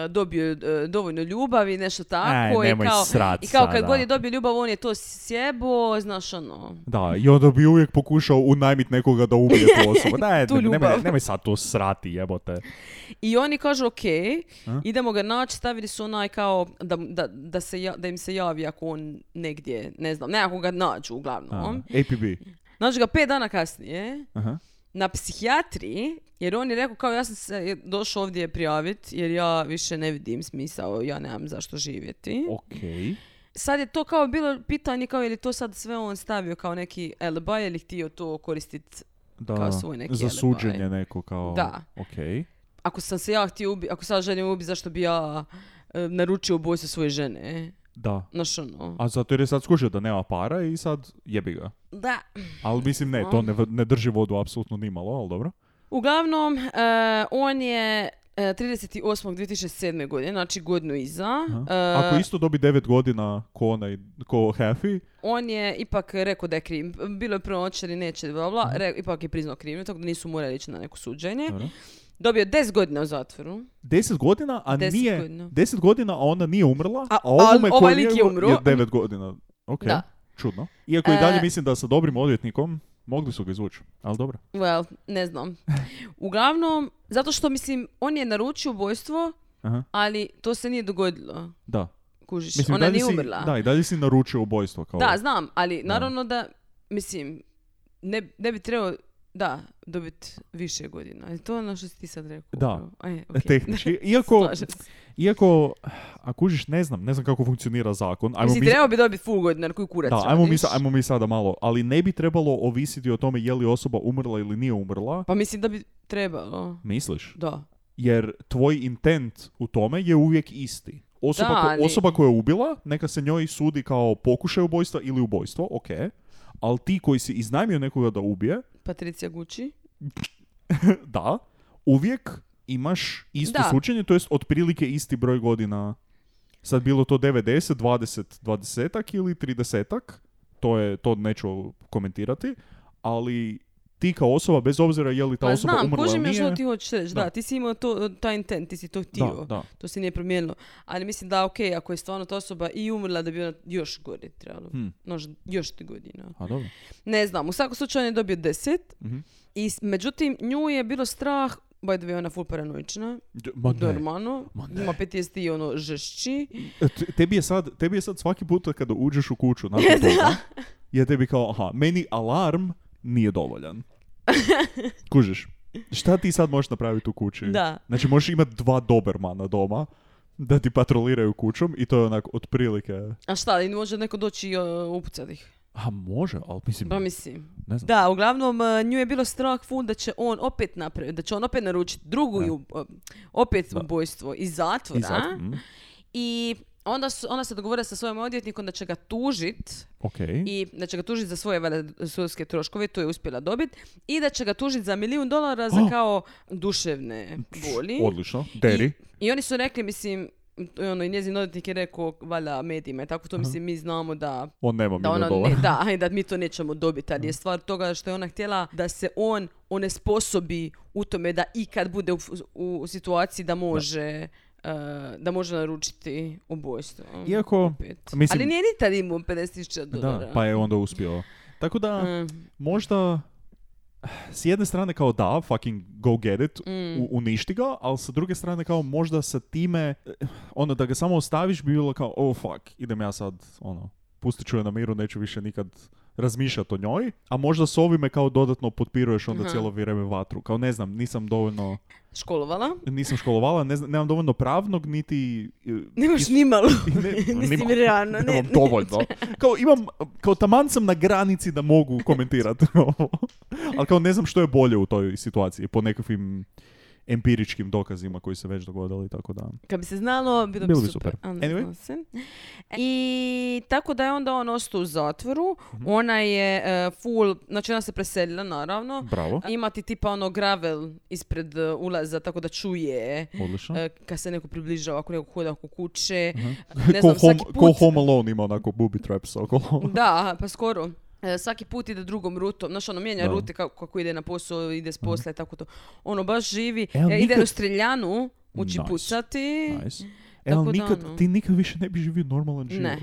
Speaker 5: dobio e, dovoljno ljubavi, nešto tako. i,
Speaker 4: E, nemoj
Speaker 5: kao,
Speaker 4: srat
Speaker 5: I kao kad
Speaker 4: sada.
Speaker 5: god je dobio ljubav, on je to sjebo, znaš ono.
Speaker 4: Da, i onda bi uvijek pokušao unajmit nekoga da ubije tu osobu. Ne,
Speaker 5: Tu
Speaker 4: ne, nemoj,
Speaker 5: ljubav.
Speaker 4: nemoj sad to srati, jebote.
Speaker 5: I oni kažu, ok, idemo ga naći, stavili su onaj kao da, da, da, se ja- da im se javi ako on negdje, ne znam, nekako ga nađu
Speaker 4: A,
Speaker 5: uglavnom.
Speaker 4: APB.
Speaker 5: Znači Nađu ga pet dana kasnije
Speaker 4: Aha.
Speaker 5: na psihijatriji, jer on je rekao kao ja sam se došao ovdje prijaviti jer ja više ne vidim smisao, ja nemam zašto živjeti.
Speaker 1: Ok.
Speaker 5: Sad je to kao bilo pitanje kao je li to sad sve on stavio kao neki alibi ili htio to koristiti.
Speaker 1: Da.
Speaker 5: Kao svoj neki
Speaker 4: Za
Speaker 5: alibi.
Speaker 4: suđenje neko kao...
Speaker 5: Da.
Speaker 1: Ok.
Speaker 5: Ako sam se ja htio ubi, ako sad želim ubiti, zašto bi ja e, naručio ubojstvo svoje žene?
Speaker 4: Da.
Speaker 5: Znaš ono.
Speaker 4: A zato jer je sad skužio da nema para i sad jebi ga.
Speaker 5: Da.
Speaker 4: Ali mislim ne, to ne, v- ne drži vodu apsolutno ni malo, ali dobro.
Speaker 5: Uglavnom, e, on je e, 38.2007. godine, znači godinu iza.
Speaker 4: Aha.
Speaker 5: e,
Speaker 4: Ako isto dobi 9 godina ko onaj, ko Happy,
Speaker 5: On je ipak rekao da je kriv. Bilo je prvo očeri, neće, bla, bla. Re- ipak je priznao krivnju, tako da nisu morali ići na neko suđenje.
Speaker 4: Mhm. Dobro.
Speaker 5: Dobio je 10 godina u zatvoru.
Speaker 4: 10 godina, a
Speaker 5: 10
Speaker 4: nije...
Speaker 5: godina.
Speaker 4: 10 godina, a ona nije umrla, a,
Speaker 5: A-
Speaker 4: ovome
Speaker 5: a
Speaker 4: koji
Speaker 5: ovaj lik je umro.
Speaker 4: je 9 godina. Ok,
Speaker 5: Da.
Speaker 4: čudno. Iako i dalje
Speaker 5: E,
Speaker 4: mislim da sa dobrim odvjetnikom mogli su ga izvući, ali dobro.
Speaker 5: Well, ne znam. Uglavnom, zato što, mislim, on je naručio ubojstvo,
Speaker 4: Aha,
Speaker 5: ali to se nije dogodilo.
Speaker 4: da.
Speaker 5: Kužiš,
Speaker 4: Mislim,
Speaker 5: ona
Speaker 4: i dalje
Speaker 5: nije
Speaker 4: si-
Speaker 5: umrla.
Speaker 4: Da, i dalje si naručio ubojstvo. Kao,
Speaker 5: Da, znam, ali naravno da, mislim, ne, ne bi trebao, da, dobiti više godina. Je to ono što si ti sad rekao?
Speaker 4: Da.
Speaker 5: upravo? E,
Speaker 4: E,
Speaker 5: ok.
Speaker 4: Tehnički. Iako,
Speaker 5: Slažem se.
Speaker 4: iako, a kužiš, ne znam, ne znam kako funkcionira zakon. Ajmo
Speaker 5: Mislim,
Speaker 4: mi,
Speaker 5: trebao bi dobiti full godinu, jer koji kurac
Speaker 4: da, ajmo mi,
Speaker 5: radiš?
Speaker 4: sa- ajmo mi sada malo, ali ne bi trebalo ovisiti o tome je li osoba umrla ili nije umrla.
Speaker 5: Pa mislim da bi trebalo.
Speaker 4: Misliš?
Speaker 5: Da.
Speaker 4: Jer tvoj intent u tome je uvijek isti. Osoba,
Speaker 5: Da,
Speaker 4: ko-
Speaker 5: ali-
Speaker 4: osoba koja je ubila, neka se njoj sudi kao pokušaj ubojstva ili ubojstvo, ok. Ali ti koji si iznajmio nekoga da ubije,
Speaker 5: Patricija Gucci.
Speaker 4: da, uvijek imaš isto
Speaker 5: Da.
Speaker 4: sučenje, to jest otprilike isti broj godina. Sad bilo to 90, 20, 20 ili 30, to je to neću komentirati, ali ti kao osoba bez obzira je li ta
Speaker 5: Pa
Speaker 4: osoba
Speaker 5: znam,
Speaker 4: umrla
Speaker 5: kužim
Speaker 4: ili
Speaker 5: ja
Speaker 4: nije.
Speaker 5: što ti hoćeš reći. Da.
Speaker 4: Da.
Speaker 5: ti si imao to, taj intent, ti si to htio.
Speaker 4: da, da.
Speaker 5: To se nije promijenilo. Ali mislim da, ok, ako je stvarno ta osoba i umrla, da bi ona još gore trebalo.
Speaker 4: Hmm.
Speaker 5: Nož- još ti godina.
Speaker 4: A pa dobro.
Speaker 5: Ne znam, u svakom slučaju on je dobio 10.
Speaker 4: Mhm.
Speaker 5: I, s- međutim, nju je bilo strah, by the way, ona full paranoična,
Speaker 4: D- Ma ne.
Speaker 5: normalno, ima PTSD i ono žešći.
Speaker 4: E, t- Tebi je, sad, tebi je sad svaki puta kada uđeš u kuću nakon toga, je tebi kao, aha, meni alarm nije dovoljan. Kužiš, šta ti sad možeš napraviti u kući?
Speaker 5: Da.
Speaker 4: Znači možeš imati dva Dobermana doma da ti patroliraju kućom i to je onak otprilike...
Speaker 5: A šta, i može neko doći i uh, upucati ih?
Speaker 4: A može, ali mislim...
Speaker 5: Pa mislim.
Speaker 4: Ne znam.
Speaker 5: Da, uglavnom e, nju je bilo strah fun da će on opet napraviti, da će on opet naručiti drugu, i ub- opet ubojstvo iz zatvora.
Speaker 4: I sad, mm,
Speaker 5: I onda su, ona se dogovorila sa svojim odvjetnikom da će ga tužit
Speaker 4: ok.
Speaker 5: i da će ga tužit za svoje valjda sudske troškove, to je uspjela dobit, i da će ga tužit za milijun dolara za
Speaker 4: Oh.
Speaker 5: kao duševne boli.
Speaker 4: Odlično. Deri.
Speaker 5: I, I oni su rekli, mislim, to je ono, i njezin odvjetnik je rekao, valjda medijima i tako to, mislim, mi znamo da
Speaker 4: On nema
Speaker 5: da
Speaker 4: milijun
Speaker 5: ona
Speaker 4: dolara.
Speaker 5: ne, da, i da mi to nećemo dobiti, ali je stvar toga što je ona htjela da se on onesposobi u tome da ikad bude u, u situaciji da može eh, da može naručiti ubojstvo.
Speaker 4: Iako,
Speaker 5: Opet.
Speaker 4: mislim-
Speaker 5: Ali nije ni tad imao 50.000 dolara.
Speaker 4: Da, pa je onda uspio. Tako da...
Speaker 5: Mm,
Speaker 4: možda s jedne strane kao da, fucking go get it,
Speaker 5: Mm.
Speaker 4: u- uništi ga, ali sa druge strane kao možda sa time, eh, ono da ga samo ostaviš bi bilo kao, oh fuck, idem ja sad, ono, pustit ću je na miru, neću više nikad razmišljati o njoj, a možda s ovime kao dodatno potpiruješ onda
Speaker 5: Aha.
Speaker 4: cijelo vrijeme vatru. Kao ne znam, nisam dovoljno,
Speaker 5: školovala.
Speaker 4: nisam školovala, ne znam, nemam dovoljno pravnog, niti... eh,
Speaker 5: Nemaš
Speaker 4: is-
Speaker 5: nimalo.
Speaker 4: ne,
Speaker 5: Nisi
Speaker 4: nimam.
Speaker 5: mi realno. ne,
Speaker 4: Nemam
Speaker 5: ne.
Speaker 4: dovoljno. Kao imam, kao taman sam na granici da mogu komentirati ovo. Ali kao ne znam što je bolje u toj situaciji po nekakvim empiričkim dokazima koji se već dogodili, tako da.
Speaker 5: Kad bi se znalo, bilo,
Speaker 4: Bilo
Speaker 5: bi
Speaker 4: bi
Speaker 5: super.
Speaker 4: super.
Speaker 5: A, ne
Speaker 4: Anyway.
Speaker 5: zna se. I tako da je onda on ostao u zatvoru.
Speaker 4: Mhm.
Speaker 5: Ona je eh, full, znači ona se preselila naravno.
Speaker 4: Bravo,
Speaker 5: Imati tipa ono gravel ispred eh, ulaza tako da čuje
Speaker 4: odlično.
Speaker 5: eh, kad se neko približava, ako neko hoda oko kuće. Ne
Speaker 4: ko,
Speaker 5: znam,
Speaker 4: home,
Speaker 5: svaki put...
Speaker 4: ko Home Alone ima onako booby traps okolo.
Speaker 5: Da, pa skoro. E, svaki put ide drugom rutom, znaš ono, mijenja
Speaker 4: Da.
Speaker 5: rute kako, kako ide na posao, ide s posla i tako to. Ono, baš živi,
Speaker 4: E, ali
Speaker 5: E, ide
Speaker 4: nikad-
Speaker 5: u streljanu, uči
Speaker 4: Nice.
Speaker 5: pucati.
Speaker 4: Nice. E,
Speaker 5: Tako
Speaker 4: ali
Speaker 5: da,
Speaker 4: nikad,
Speaker 5: ono.
Speaker 4: ti nikad više ne bi živio normalan život.
Speaker 5: Ne.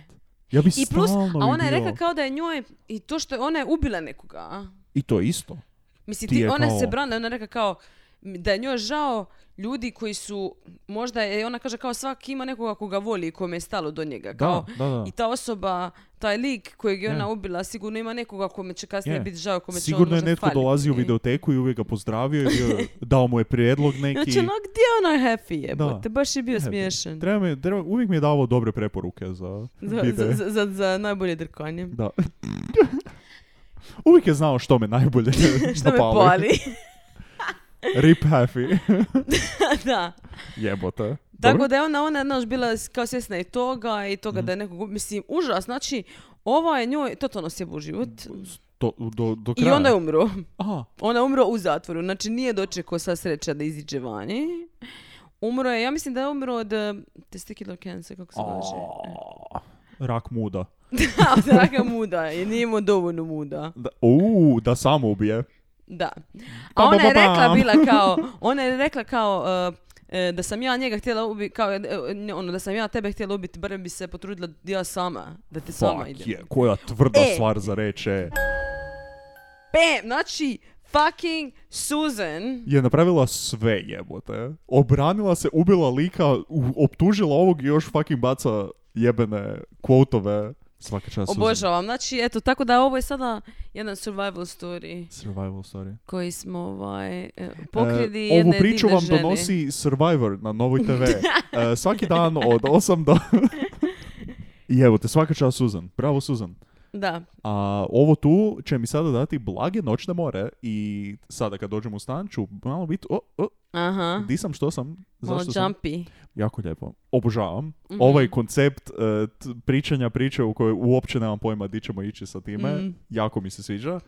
Speaker 4: Ja bi
Speaker 5: I plus,
Speaker 4: stalno bi
Speaker 5: a ona je
Speaker 4: bio-
Speaker 5: rekla kao da je njoj, i to što je, ona je ubila nekoga.
Speaker 4: I to je isto.
Speaker 5: Mislim,
Speaker 4: Ti
Speaker 5: ti,
Speaker 4: je
Speaker 5: ona
Speaker 4: kao-
Speaker 5: se branila, ona je rekla kao, da je njoj žao ljudi koji su, možda je, ona kaže kao svaki ima nekoga koga voli i kome je stalo do njega. Kao,
Speaker 4: da, da.
Speaker 5: I ta osoba, taj lik kojeg je ona
Speaker 4: Je.
Speaker 5: ubila, sigurno ima nekoga kome će kasnije
Speaker 4: Je.
Speaker 5: biti žao, kome će ono on
Speaker 4: Sigurno je
Speaker 5: možda
Speaker 4: netko
Speaker 5: faliti.
Speaker 4: dolazio u
Speaker 5: E.
Speaker 4: videoteku i uvijek ga pozdravio i bio, dao mu je prijedlog neki.
Speaker 5: Znači, ono, gdje je onaj happy jebote?
Speaker 4: Da.
Speaker 5: Baš je bio
Speaker 4: Happy.
Speaker 5: smiješan.
Speaker 4: Treba mi, treba, uvijek mi je davao dobre preporuke za
Speaker 5: Za,
Speaker 4: videe.
Speaker 5: za, za, za- za najbolje drkanje.
Speaker 4: Da. uvijek je znao što me najbolje
Speaker 5: Što me
Speaker 4: napali.
Speaker 5: pali.
Speaker 4: Rip happy.
Speaker 5: da.
Speaker 4: Jebote.
Speaker 5: Tako
Speaker 4: Dobro. Mhm.
Speaker 5: da je ona, ona znaš, bila kao svjesna i toga i toga da je nekog, mislim, užas, znači, ova je njoj totalno sjeba u život.
Speaker 4: Do, do, do
Speaker 5: I
Speaker 4: kraja.
Speaker 5: onda je umro.
Speaker 4: Aha,
Speaker 5: Ona je umro u zatvoru, znači nije dočekao sa sreća da iziđe vani. Umro je, ja mislim da je umro od eh, testicular cancer, kako se kaže.
Speaker 4: rak muda.
Speaker 5: Da, od raka muda, i nije imao dovoljno muda.
Speaker 4: Da, uuu, da samo ubije.
Speaker 5: Da. A
Speaker 4: Pam,
Speaker 5: ona
Speaker 4: pam, pam,
Speaker 5: je rekla
Speaker 4: pam.
Speaker 5: bila kao, ona je rekla kao eh, eh, da sam ja njega htjela ubiti, kao eh, eh, ono da sam ja tebe htjela ubiti, barem bi se potrudila da ja sama, da te sama idem.
Speaker 4: Fuck je, koja tvrda
Speaker 5: E.
Speaker 4: stvar za reče.
Speaker 5: Bam, znači fucking Susan.
Speaker 4: Je napravila sve jebote. Obranila se, ubila lika, u- optužila ovog i još fucking baca jebene kvotove. Svaka čast. Susan.
Speaker 5: Obožavam, znači eto, tako da ovo je sada jedan survival story
Speaker 4: Survival, sorry.
Speaker 5: koji smo ovaj, eh, pokrili
Speaker 4: E,
Speaker 5: jedne
Speaker 4: Ovu priču
Speaker 5: divne
Speaker 4: vam
Speaker 5: žene.
Speaker 4: donosi Survivor na Novoj TV. E, svaki dan od 8 do... I evo te, svaka čast Suzan. Bravo Suzan.
Speaker 5: Da,
Speaker 4: A ovo tu će mi sada dati blage noćne more i sada kad dođem u stan ću malo biti, o, o,
Speaker 5: aha,
Speaker 4: di sam, što sam,
Speaker 5: malo
Speaker 4: zašto sam,
Speaker 5: jumpy.
Speaker 4: jako lijepo. Obožavam
Speaker 5: Mhm.
Speaker 4: ovaj koncept e, t- pričanja priče u kojoj uopće nemam pojma di ćemo ići sa time,
Speaker 5: Mm.
Speaker 4: jako mi se sviđa.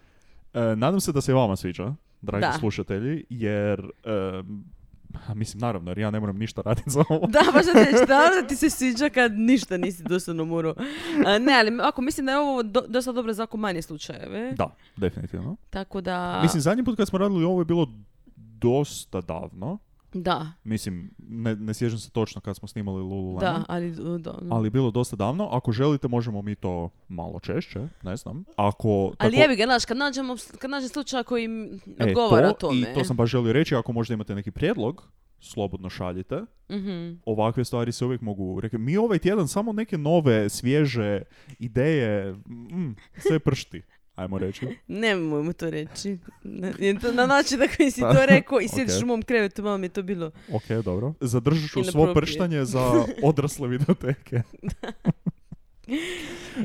Speaker 4: E, nadam se da se i vama sviđa, dragi
Speaker 5: Da.
Speaker 4: slušatelji, jer, e, ha, mislim naravno, jer ja ne moram ništa raditi za ovo.
Speaker 5: Da, baš da ti reći, da, da ti se sviđa kad ništa nisi doslovno morao. A, ne, ali ovako, mislim da je ovo do, dosta dobro za oko manje slučajeve.
Speaker 4: Da, definitivno.
Speaker 5: Tako da,
Speaker 4: Mislim, zadnji put kad smo radili ovo je bilo dosta davno.
Speaker 5: da,
Speaker 4: Mislim, ne, ne sjećam se točno kad smo snimali Lululemon,
Speaker 5: da, ali u- da. ono.
Speaker 4: ali bilo dosta davno. Ako želite, možemo mi to malo češće, ne znam. Ako,
Speaker 5: Ali
Speaker 4: tako-
Speaker 5: jebi ga, znaš, kad nađemo, kad nađem slučaj koji m-
Speaker 4: E,
Speaker 5: odgovara
Speaker 4: to,
Speaker 5: tome.
Speaker 4: I to sam baš želio reći, ako možda imate neki prijedlog, slobodno šaljite.
Speaker 5: Mhm.
Speaker 4: Ovakve stvari se uvijek mogu reći. Mi ovaj tjedan samo neke nove, svježe ideje, mm, sve pršti, ajmo reći.
Speaker 5: Nemoj mu to reći. Na, je to na način na koji si to rekao i sjediš u mom krevetu, malo mi je to bilo.
Speaker 4: Ok, dobro. Zadržat ću svo
Speaker 5: Inappropriate.
Speaker 4: prštanje za odrasle videoteke.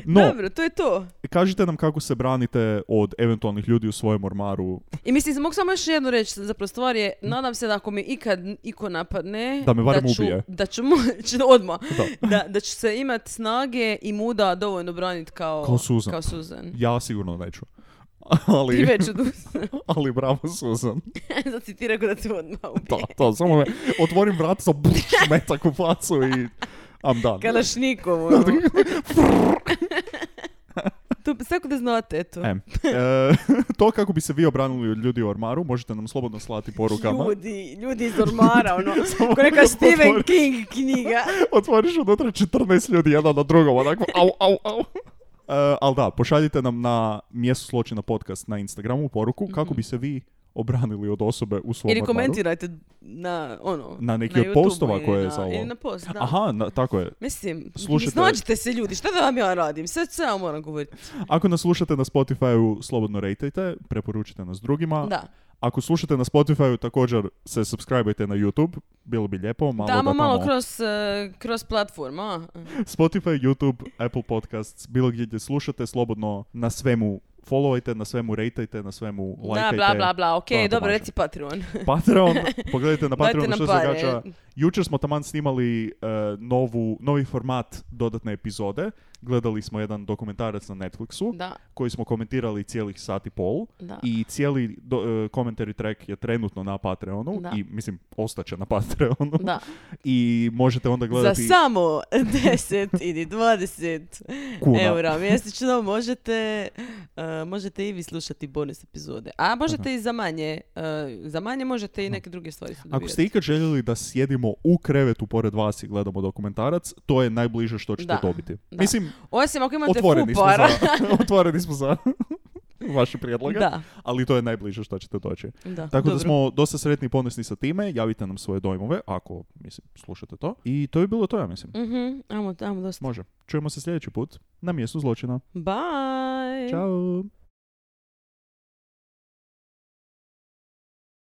Speaker 4: No,
Speaker 5: Dobro, to je to.
Speaker 4: kažite nam kako se branite od eventualnih ljudi u svojem ormaru,
Speaker 5: I mislim, mogu samo još jednu reći zapravo stvar je, nadam se da ako mi ikad iko napadne,
Speaker 4: Da me barem
Speaker 5: ću,
Speaker 4: ubije.
Speaker 5: Da ću, mo- ću odmah,
Speaker 4: Da.
Speaker 5: da, da ću se imat snage i muda dovoljno braniti kao,
Speaker 4: Kao Susan.
Speaker 5: Kao Susan.
Speaker 4: ja sigurno neću.
Speaker 5: Ti
Speaker 4: Ali,
Speaker 5: već odustala.
Speaker 4: ali bravo Suzan.
Speaker 5: Sad si ti rekao da te odmah
Speaker 4: Da,
Speaker 5: ubije.
Speaker 4: da, samo me otvorim vrat sa metak u facu i I'm done.
Speaker 5: Kalašnikom, ono. to, tako da znate, eto.
Speaker 4: E, e, to kako bi se vi obranili od ljudi u ormaru, možete nam slobodno slati porukama.
Speaker 5: Ljudi, ljudi iz ormara, ono,
Speaker 4: Samo
Speaker 5: ko neka Stephen
Speaker 4: otvori.
Speaker 5: King knjiga.
Speaker 4: Otvoriš unutra 14 ljudi jedan na drugom, onako au, au, au. E, ali da, pošaljite nam na mjesto zločina podcast na Instagramu poruku kako bi se vi obranili od osobe u svom
Speaker 5: Mhm. Ili
Speaker 4: ormaru.
Speaker 5: komentirajte na, ono,
Speaker 4: Na neki od
Speaker 5: YouTubeu
Speaker 4: postova
Speaker 5: ili
Speaker 4: koje je
Speaker 5: na-
Speaker 4: za ovo.
Speaker 5: Ili na post, da.
Speaker 4: Aha, na- tako je.
Speaker 5: Mislim,
Speaker 4: Slušajte-
Speaker 5: snađite se ljudi, šta da vam ja radim? Sve sve ja moram govoriti.
Speaker 4: Ako nas slušate na Spotify-u, slobodno rejtajte, preporučite nas drugima.
Speaker 5: Da.
Speaker 4: Ako slušate na Spotify-u, također se subscribe-ajte na YouTube. Bilo bi lijepo. Malo
Speaker 5: Tamo
Speaker 4: da
Speaker 5: malo
Speaker 4: tamo-
Speaker 5: kroz, eh, kroz platforma.
Speaker 4: Spotify, YouTube, Apple Podcasts, bilo gdje gdje slušate, slobodno na svemu followajte, na svemu rejtajte, na svemu
Speaker 5: Da,
Speaker 4: lajkajte.
Speaker 5: bla, bla, bla. Ok,
Speaker 4: To nam
Speaker 5: dobro,
Speaker 4: pomaže.
Speaker 5: reci Patreon.
Speaker 4: Patreon, pogledajte na
Speaker 5: Dajte
Speaker 4: Patreonu
Speaker 5: nam
Speaker 4: što se
Speaker 5: pare.
Speaker 4: događa. Jučer smo taman snimali e, novu, novi format dodatne epizode. Gledali smo jedan dokumentarac na Netflixu
Speaker 5: Da,
Speaker 4: koji smo komentirali cijelih sat i pol.
Speaker 5: da.
Speaker 4: I cijeli do, e, commentary track je trenutno na Patreonu
Speaker 5: Da.
Speaker 4: i mislim ostaće na Patreonu
Speaker 5: Da.
Speaker 4: i možete onda
Speaker 5: Za
Speaker 4: gledati
Speaker 5: samo 10 ili 20
Speaker 4: kuna.
Speaker 5: eura mjesečno možete, eh, možete i vi slušati bonus epizode. A možete i za manje. eh, za manje možete i neke druge stvari
Speaker 4: Ako
Speaker 5: dobivati.
Speaker 4: ste ikad željeli da sjedimo u krevetu pored vas i gledamo dokumentarac, to je najbliže što ćete
Speaker 5: Da,
Speaker 4: dobiti.
Speaker 5: da.
Speaker 4: Mislim,
Speaker 5: Osim ako imate
Speaker 4: otvoreni smo,
Speaker 5: fupara.
Speaker 4: za, otvoreni smo za vaše prijedloge,
Speaker 5: Da,
Speaker 4: ali to je najbliže što ćete doći.
Speaker 5: da.
Speaker 4: Tako
Speaker 5: dobro.
Speaker 4: da smo dosta sretni i ponosni sa time, javite nam svoje dojmove, ako, mislim, slušate to. I to je bilo to, ja mislim.
Speaker 5: Mhm, ajmo, ajmo dosta.
Speaker 4: Može. Čujemo se sljedeći put na mjestu zločina.
Speaker 5: Bye!
Speaker 4: Ćao!